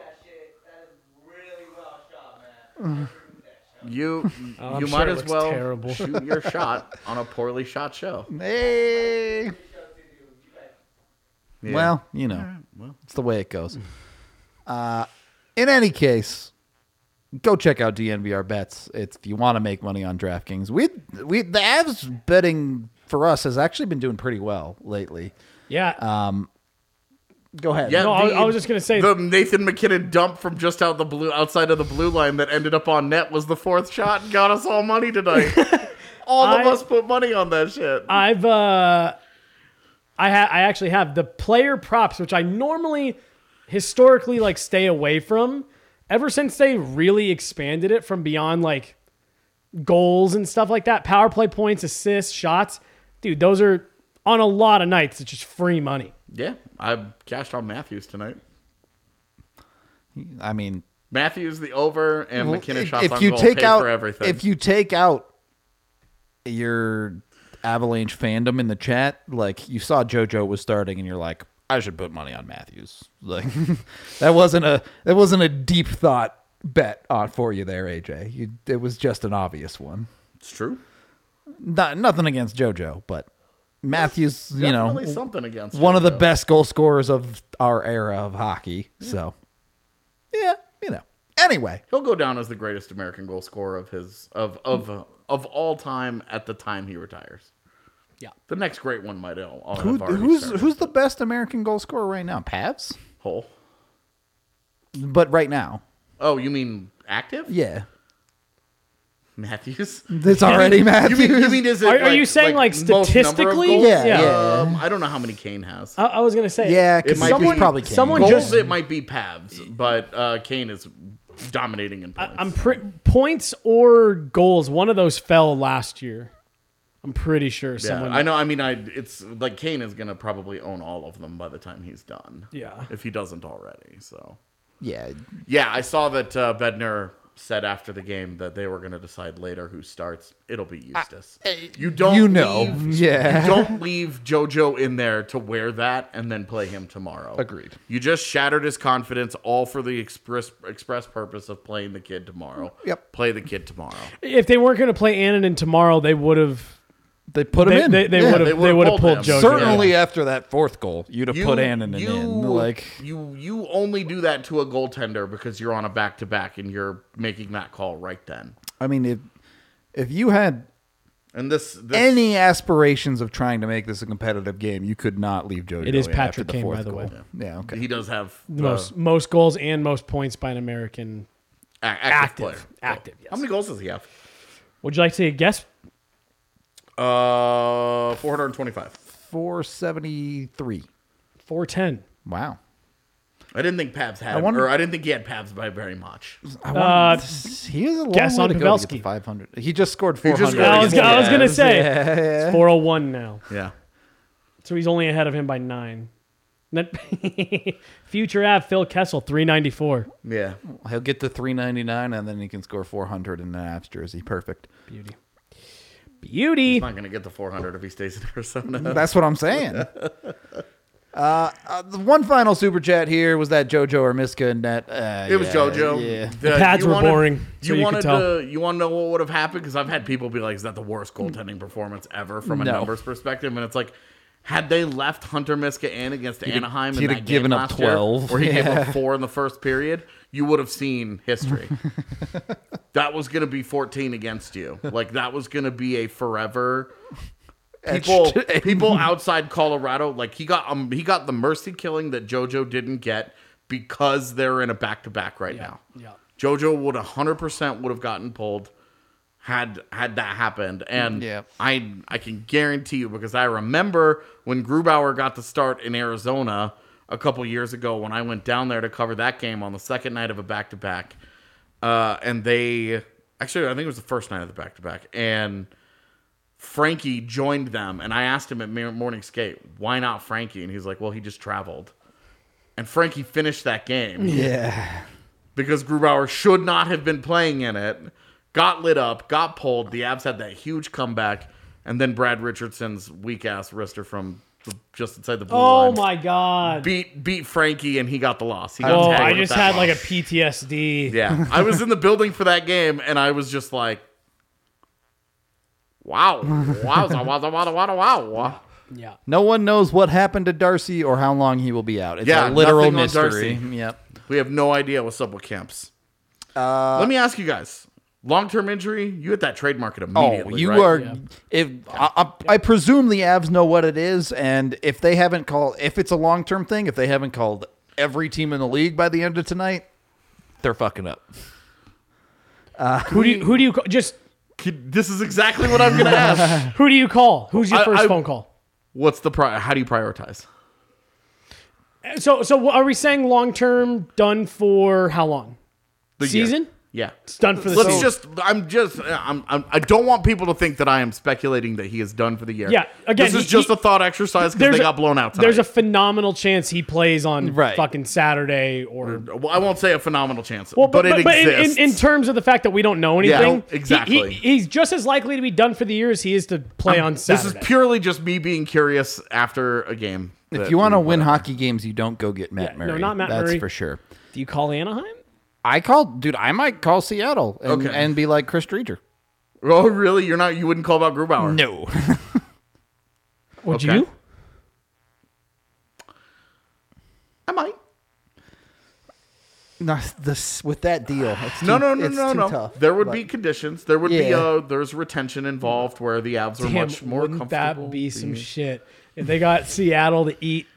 You
I'm
you
sure
might
it
as
looks
well
terrible.
shoot your shot on a poorly shot show.
Hey. Well, you know, it's the way it goes. Uh, in any case, go check out DNVR bets it's, if you want to make money on DraftKings. We we the Avs betting for us has actually been doing pretty well lately.
Yeah.
Go ahead.
Yeah,
No, I was- I was just gonna say-
Uh, the Nathan McKinnon dump from just out the blue outside of the blue line that ended up on net was the fourth shot and got us all money tonight. all of
I-
us put money on that shit.
I've uh, I ha- I actually have the player props, which I normally historically like stay away from. Ever since they really expanded it from beyond like goals and stuff like that, power play points, assists, shots, dude, those are on a lot of nights. It's just free money.
yeah, I cashed on Matthews tonight.
I mean,
Matthews the over and McKinnon
if,
shot
if
on
you
goal
take
paid
out
for everything.
if you take out your Avalanche fandom in the chat, like you saw JoJo was starting, and you're like, I should put money on Matthews. Like that wasn't a that wasn't a deep thought bet on for you there, AJ. You, it was just an obvious one.
it's true.
Not, nothing against JoJo, but Matthews, you know,
Definitely something against
one of the
Toronto.
best goal scorers of our era of hockey. So, yeah, you know. Anyway,
He'll go down as the greatest American goal scorer of his of of of all time at the time he retires.
Yeah.
the next great one might all, all
Who,
have already
who's
started.
who's the best American goal scorer right now? Pavs,
Hole?
but right now,
Oh, you mean active?
yeah,
Matthews.
it's already
You
Matthews.
mean, you mean is it
Are- are
like-
you saying, like,
most number of
statistically?
goals?
Yeah, Yeah. yeah.
Um, I don't know how many Kane has.
I, I was gonna say,
yeah, because
It might
someone
be-
probably can.
someone
Goals,
just-
it might be Pavs, but uh, Kane is dominating in points.
I'm pre- points or goals. One of those fell last year. I'm pretty sure
Yeah,
someone.
I know. I mean, I it's like Kane is gonna probably own all of them by the time he's done.
Yeah.
if he doesn't already. So
yeah,
yeah, I saw that uh, Bednar said after the game that they were gonna decide later who starts. It'll be Eustace. you don't.
you know,
leave-
yeah.
don't leave JoJo in there to wear that and then play him tomorrow.
Agreed.
You just shattered his confidence all for the express express purpose of playing the kid tomorrow.
Yep.
Play the kid tomorrow.
If they weren't gonna play Ananin tomorrow, they would have.
They put him
They,
in.
they, they
Yeah.
would have.
they
They
would've
would have
pulled
pulled
him.
JoJo.
Certainly after that fourth goal, you'd have put Annan
you-
in. Like
you you only do that to a goaltender because you're on a back to back and you're making that call right then.
I mean, if if you had
And this, this
any aspirations of trying to make this a competitive game, you could not leave JoJo.
It is
in after
Patrick
the
Kane,
fourth
by the
goal.
way.
Yeah, okay.
he does have the
most most goals and most points by an American.
a- active,
Active.
player.
Active, yes.
How many goals does he have?
Would you like to take a guess?
Uh, four hundred twenty-five.
Four seventy three.
Four ten.
Wow.
I didn't think Pabs had,
I wonder-
or I didn't think he had Pabs by very much.
I
Uh,
want- he is a long
guess
way
on
to go to get
Pavelski.
to 500. He just scored
just
400.
scored
I was, I was gonna say
Yeah.
it's four oh one now,
Yeah.
so he's only ahead of him by nine. That- Future Av Phil Kessel three ninety four.
Yeah.
He'll get to 399 and then he can score 400 in the Avs jersey. Perfect.
Beauty, beauty.
Not going to get the 400 if he stays in Arizona.
That's what I'm saying. Uh, uh, the one final super chat here was that JoJo or Miska and that. Uh,
It was
yeah,
JoJo.
Yeah.
The,
pads
you
were boring, so
you
you could
wanted
tell.
to you want to know what would have happened because I've had people be like, "Is that the worst goaltending performance ever from a
No.
numbers perspective?" And it's like, had they left Hunter Miska in against Anaheim, in
he'd
that
have
game
given up
last year,
12.
or he gave up four in the first period, you would have seen history. that was going to be fourteen against you. Like that was going to be a forever. People,
Etched in.
people outside Colorado, like he got um, he got the mercy killing that JoJo didn't get because they're in a back to back right now.
Yeah.
JoJo would 100% would have gotten pulled had had that happened and
Yeah.
I I can guarantee you because I remember when Grubauer got the start in Arizona a couple years ago when I went down there to cover that game on the second night of a back-to-back uh and they actually I think it was the first night of the back-to-back and Frankie joined them and I asked him at Mir- morning skate why not Frankie and he's like well he just traveled and Frankie finished that game
Yeah.
because Grubauer should not have been playing in it. Got lit up, got pulled. The Abs had that huge comeback, and then Brad Richardson's weak ass wrister from the, just inside the blue
Oh
line
my god.
beat beat Frankie, and he got the loss. He got
Oh,
tagged
I
with
just
that
had like a
loss.
PTSD.
yeah. I was in the building for that game, and I was just like, wow, wow, wow, wow, wow, wow, wow.
Yeah.
No one knows what happened to Darcy or how long he will be out. It's
Yeah,
a literal
nothing on
mystery.
Darcy.
Yep.
We have no idea what's up with Camps. Let me ask you guys: long-term injury? You hit that trademark it immediately.
Oh, you
right?
are. If I, I, I presume the Avs know what it is, and if they haven't called, if it's a long term thing, if they haven't called every team in the league by the end of tonight, they're fucking up.
Who do you who do you ca- just
Kid- This is exactly what I'm going to ask.
who do you call? Who's your
I-
first
I-
phone call?
What's the pri- how do you prioritize?
So so are we saying long term done for how long?
The year.
season?
Yeah.
It's done for the
Let's
season.
just. I'm just. I'm, I'm. I don't want people to think that I am speculating that he is done for the year.
Yeah, again,
this is
he-
just
he-
a thought exercise because
There's
they
a-
got blown out. Tonight.
There's a phenomenal chance he plays on
Right.
fucking Saturday or
Well, I won't say a phenomenal chance,
Well,
but, it
in-
exists.
In, in, terms of the fact that we don't know anything, he-
exactly.
he- he's just as likely to be done for the year as he is to play on
this
Saturday.
is purely just me being curious after a game.
If
that
you want to
we-
win hockey games, you don't go get Matt
Yeah, no,
Murray.
not Matt
That's
Murray.
for sure.
Do you call Anaheim?
I called, dude. I might call Seattle and,
Okay.
and be like Chris Dreger.
Oh, really? You're not. You wouldn't call about Grubauer?
No,
Would
Okay.
you?
I might.
not this with that deal. It's
No,
too-
no, no,
it's
no,
too
no.
tough.
there would
But-
be conditions. There would be
Yeah.
uh there's retention involved where the abs are
Damn,
much more
wouldn't
comfortable.
that be some shit? If they got Seattle to eat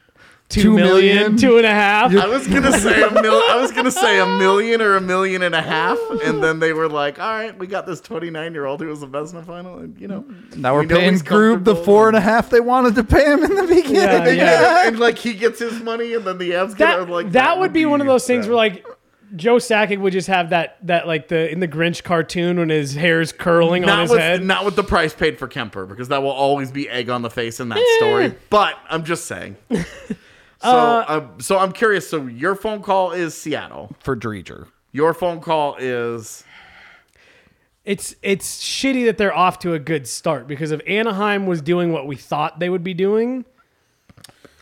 two
Two
million,
million?
two and a half.
I was gonna say a mil- I was gonna say a million or a million and a half, and then they were like, "All right, we got this 29 year old who was the best in the final, and you know."
Now we're
we know
paying
he's
Groob the
comfortable
four and a half they wanted to pay him in the beginning.
Yeah, yeah.
Yeah, and like he gets his money, and then the abs get
that,
are like
that, would be one of those things where like Joe Sakic would just have that that like the in the Grinch cartoon when his hair's curling on
Not
his
with,
head.
not with the price paid for Kemper, because that will always be egg on the face in that
Eh.
story. But I'm just saying.
Uh,
So, um, so I'm curious. So your phone call is Seattle.
for Dreger.
Your phone call is
It's it's shitty that they're off to a good start because if Anaheim was doing what we thought they would be doing,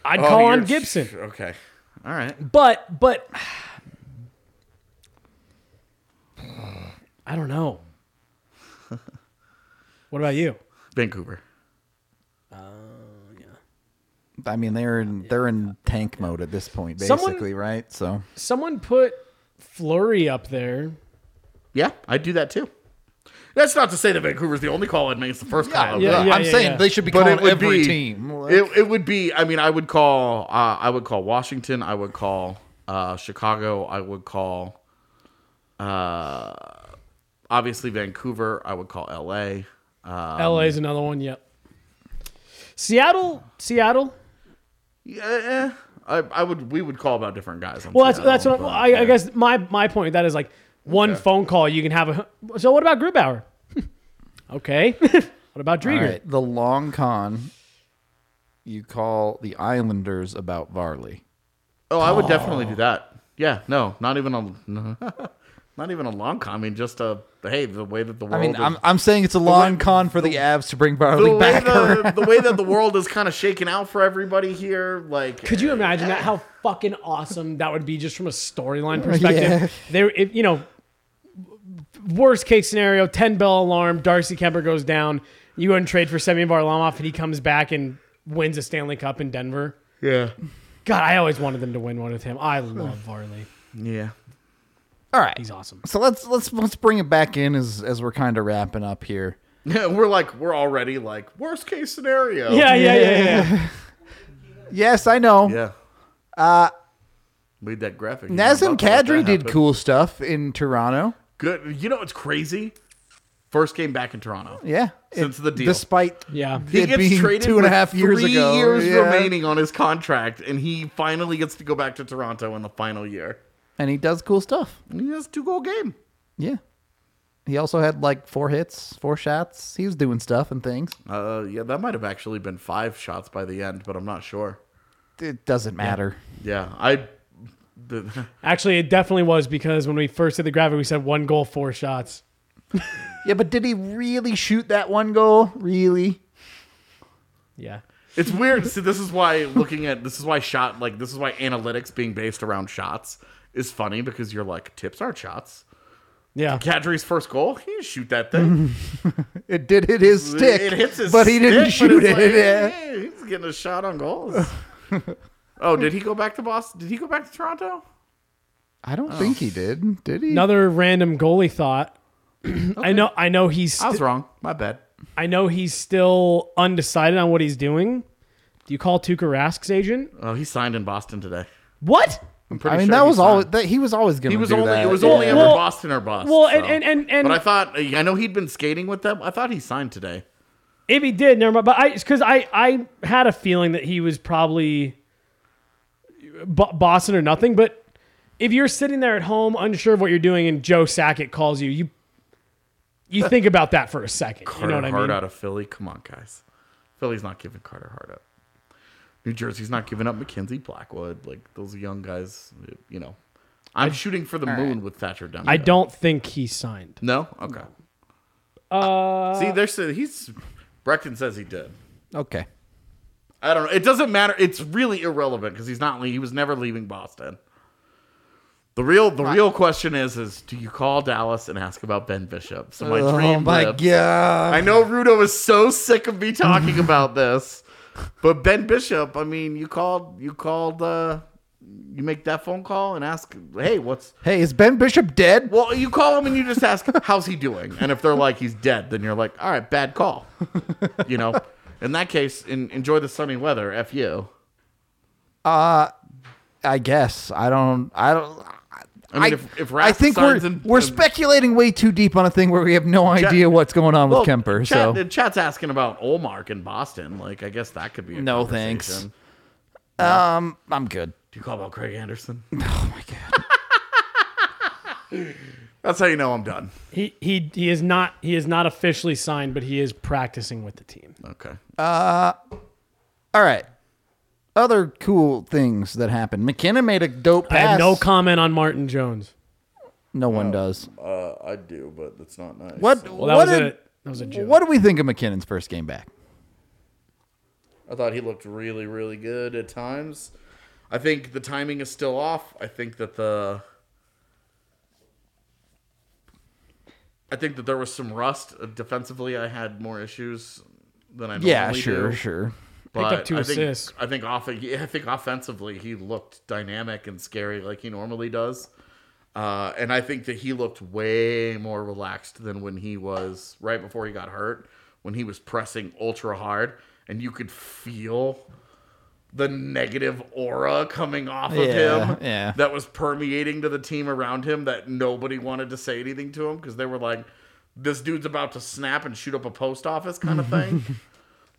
I'd call on
Oh, you're-
Gibson.
Okay. All right.
But but I don't know. What about you?
Vancouver.
I mean, they're in they're in tank mode at this point,
Someone-
basically, right? So
Someone put Flurry up there.
Yeah, I do that too. That's not to say that Vancouver's the only call I'd make. It's the first call. I'd
yeah,
make.
yeah, I'm yeah, saying yeah. they
should be
But it would be It, it would be. I mean, I would call. Uh, I would call Washington. I would call uh, Chicago. I would call. Uh, obviously Vancouver. I would call L.A.
LA is another one. Yep. Seattle, Seattle.
Yeah, eh, I, I would. We would call about different guys. on
Well, that's
Seattle,
that's what
but-
I, I guess my my point with that is like one phone call you can have a. So what about Grubauer? okay. what about
All
Drieger?
right, the long con. You call the Islanders about Varley.
Oh, I would definitely do that. Yeah, no, not even a, not even a long con. I mean, just a hey, the way that the world.
I mean,
is,
I'm, I'm saying it's a long con for the, Avs to bring Varley
the way
back.
the, the way that the world is kind of shaken out for everybody here, like
Could you imagine that? How fucking awesome that would be just from a storyline perspective. There, if you know, worst case scenario, ten bell alarm. Darcy Kemper goes down. You go and trade for Semyon Varlamov, and he comes back and wins a Stanley Cup in Denver.
yeah,
God, I always wanted them to win one with him. I love Varley.
yeah.
All right,
He's awesome.
so let's let's let's bring it back in as as we're kind of wrapping up here.
we're like we're already like worst case scenario.
Yeah, yeah, yeah, yeah.
Yes, I know.
yeah. Uh, lead that graphic.
Nazem
I'm about to let
Kadri
that
did
happen.
cool stuff in Toronto.
Good. You know what's crazy? First game back in Toronto.
Yeah,
Since the deal.
despite
yeah.
He
it
gets
being
traded
two and a
with
half years
three
ago.
years
Yeah.
remaining on his contract, and he finally gets to go back to Toronto in the final year.
and he does cool stuff.
And he has a two goal game.
Yeah. He also had like four hits, four shots. He was doing stuff and things.
Uh, yeah, that might have actually been five shots by the end, but I'm not sure.
It doesn't matter.
Yeah, I. The,
Actually, it definitely was because when we first did the graphic, we said one goal, four shots.
Yeah, but did he really shoot that one goal? Really?
Yeah.
It's weird. See, this is why looking at this is why shot like this is why analytics being based around shots is funny because you're like tips aren't shots.
Yeah.
Kadri's first goal, he didn't shoot that thing.
It did hit his stick,
it hits his
but he didn't
stick, but
shoot
it's
it.
like, eh.
Yeah.
hey, he's getting a shot on goals. oh, did he go back to Boston? Did he go back to Toronto?
I don't
Oh.
think he did. Did he?
Another random goalie thought. I know. I know he's.
I
st-
was wrong. My bad.
I know he's still undecided on what he's doing. Do you call Tuukka Rask's agent?
Oh, he signed in Boston today.
What?
I'm pretty
I mean,
sure
that was
all.
always that he was always going
He
to
was
do
only
that.
it was
Yeah.
only ever
Well-
Boston or Boston.
well, and- and- and- and-
but I thought I know he'd been skating with them. I thought he signed today.
If he did, never mind. But I, because I, I had a feeling that he was probably Bo- Boston or nothing. But if you're sitting there at home unsure of what you're doing, and Joe Sackett calls you, you, you think about that for a second. you know what I
Hart
mean?
out of Philly. Come on, guys. Philly's not giving Carter Hart up. New Jersey's not giving up McKenzie Blackwood. Like those young guys, you know. I'm shooting for the moon with Thatcher Demko.
I don't think he signed.
No. Okay. Uh, See, there's he's. Breckton says he did.
okay.
I don't know. It doesn't matter. It's really irrelevant because he's not. le- He was never leaving Boston. The real the real question is is do you call Dallas and ask about Ben Bishop? So my
Oh
dream
my
lives.
god!
I know Rudo is so sick of me talking about this, but Ben Bishop. I mean, you called you called uh, you make that phone call and ask, hey, what's
Hey, is Ben Bishop dead?
well, you call him and you just ask, how's he doing? And if they're like, he's dead, then you're like, all right, bad call. You know, in that case, in, enjoy the sunny weather. F you.
Uh, I guess I don't. I don't.
I mean, if, if Rask
I think we're
signs and-
we're
and-
speculating way too deep on a thing where we have no
Chat-
idea what's going on with
well,
Kemper.
Chat-
so
the chat's asking about Olmark in Boston. Like, I guess that could be. A
No, thanks.
conversation.
um, I'm good.
Do you call about Craig Anderson? Oh my god. That's how you know I'm done.
He, he, he is not. He is not officially signed, but he is practicing with the team.
Okay.
All right. Other cool things that happened. McKenna made a dope
I
pass.
have no comment on Martin Jones.
no one does.
Uh, I do, but that's not nice.
What?
Well, that
what
was
did,
a that was a joke.
What do we think of McKinnon's first game back?
I thought he looked really, really good at times. I think the timing is still off. I think that the I think that there was some rust defensively. I had more issues than I normally
Yeah, sure,
do.
sure.
But
up two
I think,
assists.
I think off. yeah, I think offensively he looked dynamic and scary like he normally does. Uh, and I think that he looked way more relaxed than when he was right before he got hurt. When he was pressing ultra hard, and you could feel the negative aura coming off
Yeah,
of him
yeah.
that was permeating to the team around him that nobody wanted to say anything to him because they were like, this dude's about to snap and shoot up a post office kind of thing.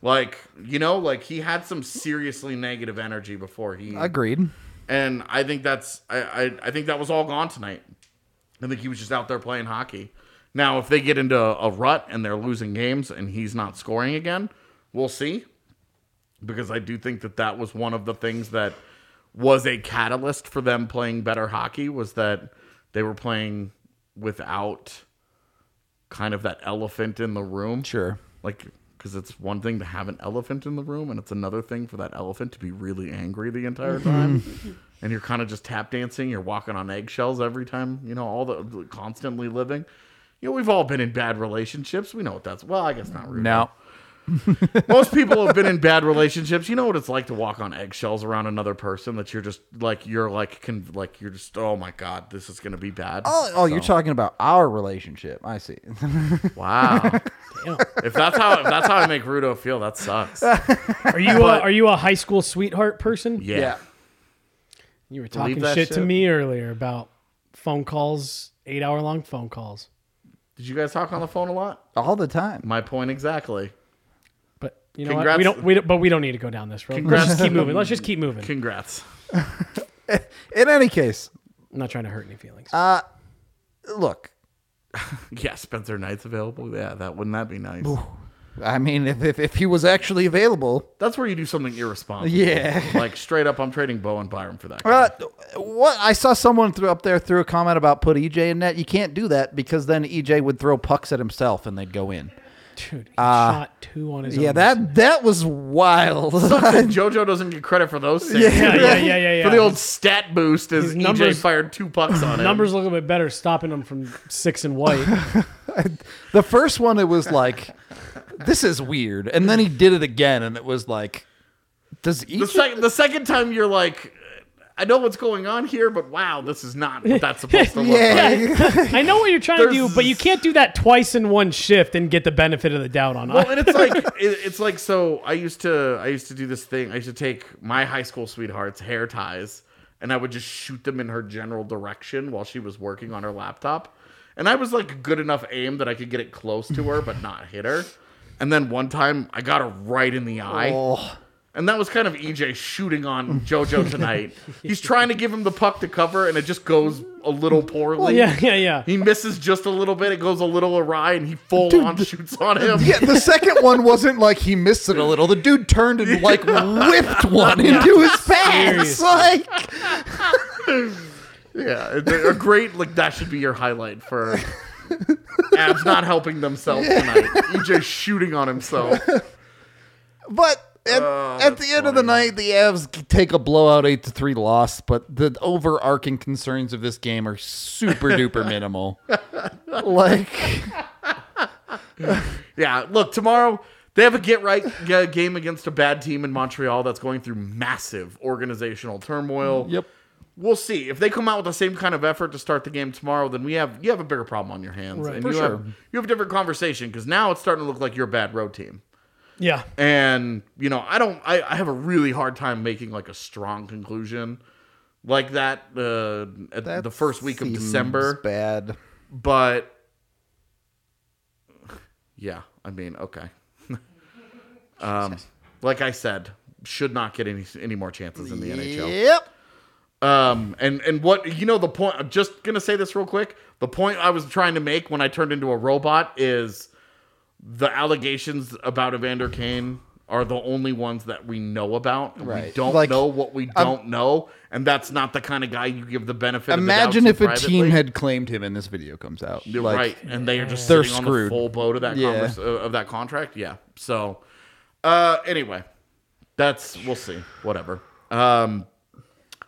like, you know, like he had some seriously negative energy before he
Agreed.
and I think that's I, I I think that was all gone tonight. I think he was just out there playing hockey. Now, if they get into a rut and they're losing games and he's not scoring again, we'll see. Because I do think that that was one of the things that was a catalyst for them playing better hockey was that they were playing without kind of that elephant in the room.
Sure.
Like, because it's one thing to have an elephant in the room, and it's another thing for that elephant to be really angry the entire time. and you're kind of just tap dancing, you're walking on eggshells every time, you know, all the constantly living. You know, we've all been in bad relationships. We know what that's. Well, I guess not really.
Now,
Most people have been in bad relationships. You know what it's like to walk on eggshells around another person that you're just like you're like can like you're just oh my god, this is gonna be bad.
oh, oh you're talking about our relationship. I see.
Wow. if that's how if that's how I make Rudo feel, that sucks.
Are you a, are you a high school sweetheart person?
yeah.
You were talking
that
shit, to
shit.
me earlier about phone calls, eight hour long phone calls.
Did you guys talk on the phone a lot?
All the time.
My point exactly.
But you know what?
Congrats-
We don't, we don't. But we don't need to go down this road.
Congrats
Let's just keep
to the-
moving. Let's just keep moving.
Congrats.
In any case,
I'm not trying to hurt any feelings.
Uh,
look,
Yeah, Spencer Knight's available. Yeah, that wouldn't that be nice?
I mean, if, if, if he was actually available,
That's where you do something irresponsible.
Yeah.
like straight up, I'm trading Bo and Byram for that. guy.
uh, what I saw someone threw up there threw a E comment about put EJ in net. You can't do that because then EJ would throw pucks at himself and they'd go in.
Dude, he
uh,
shot two on his
Yeah,
own.
that that was wild.
And JoJo doesn't get credit for those things.
Uh, Yeah, yeah, yeah, yeah, yeah.
For the old stat boost, as
His
EJ
numbers-
fired two pucks on it.
numbers look a bit better stopping him from six and white.
the first one, it was like, this is weird, and then he did it again, and it was like, does E
The,
each
sec- the second time, you're like, I know what's going on here, but wow, this is not what that's supposed to look like.
I know what you're trying to do,
There's-
but you can't do that twice in one shift and get the benefit of the doubt on
Well,
it.
and it's like it, it's like so. I used to I used to do this thing. I used to take my high school sweetheart's hair ties, and I would just shoot them in her general direction while she was working on her laptop. And I was like good enough aim that I could get it close to her, but not hit her. And then one time, I got her right in the eye.
Oh.
Oh.
And that was kind of EJ shooting on JoJo tonight. He's trying to give him the puck to cover, and it just goes a little poorly.
Yeah, yeah, yeah.
He misses just a little bit. It goes a little awry, and he full on shoots on him.
Yeah, the second one wasn't like he missed it a little. The dude turned and like whipped one into his pants.
Seriously.
Like,
Yeah, it- a great like that should be your highlight for abs not helping themselves tonight. EJ shooting on himself.
but at, at the end of the night, the Avs take a blowout eight to three loss. But the overarching concerns of this game are super duper minimal. like,
Yeah, look tomorrow they have a get right g- game against a bad team in Montreal that's going through massive organizational turmoil.
yep.
We'll see if they come out with the same kind of effort to start the game tomorrow. Then we have you have a bigger problem on your hands,
Right.
and
For
you
sure.
have you have a different conversation because now it's starting to look like you're a bad road team.
Yeah.
and you know i don't I, I have a really hard time making like a strong conclusion like that uh at
That
the first week of
seems
december
Bad.
but yeah i mean okay um like i said should not get any any more chances in the nhl
Yep.
um, and and what you know the point. I'm just gonna say this real quick. The point I was trying to make when I turned into a robot is the allegations about Evander Kane are the only ones that we know about. We
Right.
don't
Like,
know what we don't know, and that's not the kind of guy you give the benefit.
Imagine
of
if
the
a
doubt to
team
privately.
had claimed him and this video comes out.
You're
Like,
right, and they are just
They're
sitting
screwed.
on the full boat of that
Yeah.
convers- uh, of that contract. Yeah. So, uh, anyway, that's we'll see. Whatever. Um,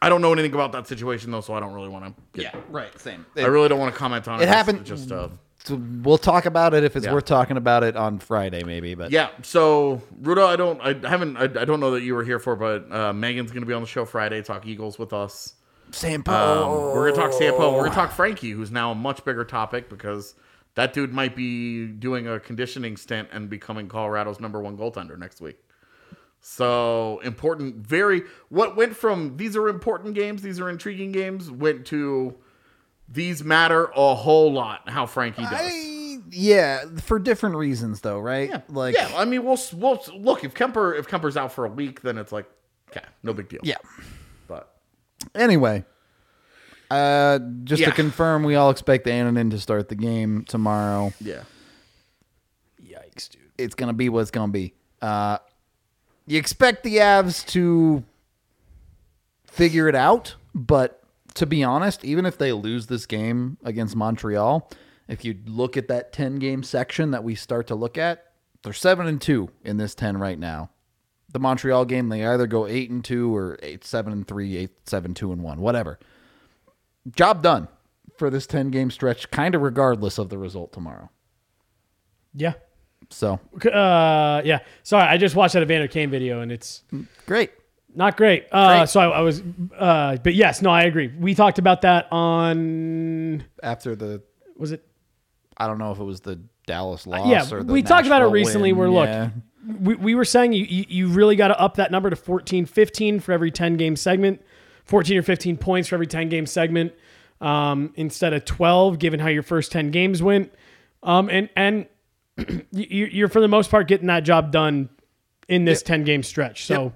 I don't know anything about that situation though, so I don't really want to.
Yeah. Right. Same.
I really don't want to comment on it.
It
It's
happened-
Just uh,
So we'll talk about it if it's
Yeah.
worth talking about it on Friday, maybe. But
yeah. So Rudo, I don't, I haven't, I, I don't know that you were here for, but uh, Megan's gonna be on the show Friday. Talk Eagles with us. Um, We're gonna talk Sampo.
Oh.
We're gonna talk Frankie, who's now a much bigger topic because that dude might be doing a conditioning stint and becoming Colorado's number one goaltender next week. So important, very what went from these are important games, these are intriguing games, went to these matter a whole lot how Frankie does.
I, yeah, for different reasons though, right?
Yeah,
Like
yeah. I mean, we'll we'll look if Kemper if Kemper's out for a week, then it's like okay, no big deal.
yeah.
but
Anyway, uh, just
Yeah.
to confirm, we all expect Ananin to start the game tomorrow.
yeah,
Yikes, dude.
It's gonna be what it's gonna be. Uh, you expect the Avs to figure it out, but to be honest, even if they lose this game against Montreal, if you look at that ten game section that we start to look at, they're seven and two in this ten right now. the Montreal game, they either go eight and two or eight seven and three, eight seven two and one, whatever. Job done for this ten game stretch, kind of regardless of the result tomorrow.
Yeah.
So
Uh, yeah. Sorry, I just watched that Evander Kane video and it's
great.
not great. Uh, So I, I was, uh, but yes, no, I agree. We talked about that on,
After the,
was it
I don't know if it was the Dallas loss.
Uh, yeah,
or the
we talked about it
Nashville
recently.
win,
We're
yeah.
look, we, we were saying you, you, you really got to up that number to 14, 15 for every 10 game segment, 14 or 15 points for every 10 game segment um, instead of 12, given how your first 10 games went. Um, and and you- you, you're, for the most part, getting that job done in this 10 game stretch. So,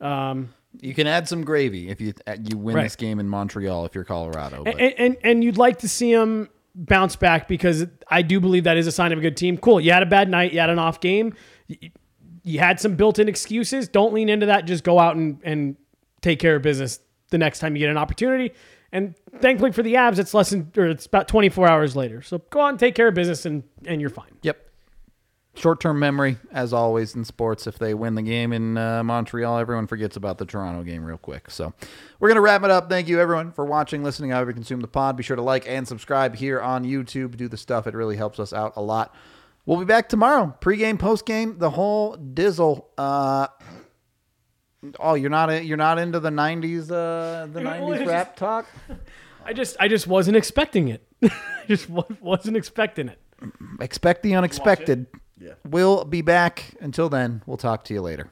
um,
You can add some gravy if you uh, you win
Right.
this game in Montreal if you're Colorado. But
and, and and you'd like to see him bounce back because I do believe that is a sign of a good team. Cool, you had a bad night, you had an off game, you, you had some built-in excuses. Don't lean into that. Just go out and and take care of business the next time you get an opportunity. And thankfully for the abs, it's less than or it's about 24 hours later. So go out and take care of business and and you're fine.
yep, Short term memory, as always in sports. If they win the game in uh, Montreal, everyone forgets about the Toronto game real quick. So we're going to wrap it up. Thank you, everyone, for watching, listening, however you consume the pod. Be sure to like and subscribe here on YouTube. Do the stuff, it really helps us out a lot. We'll be back tomorrow. Pre-game, post-game, the whole dizzle. Uh, oh, you're not in, you're not into the '90s uh, the '90s rap talk.
I just I just wasn't expecting it. I just wa- wasn't expecting it.
Expect the unexpected.
Yeah.
We'll be back. Until then, we'll talk to you later.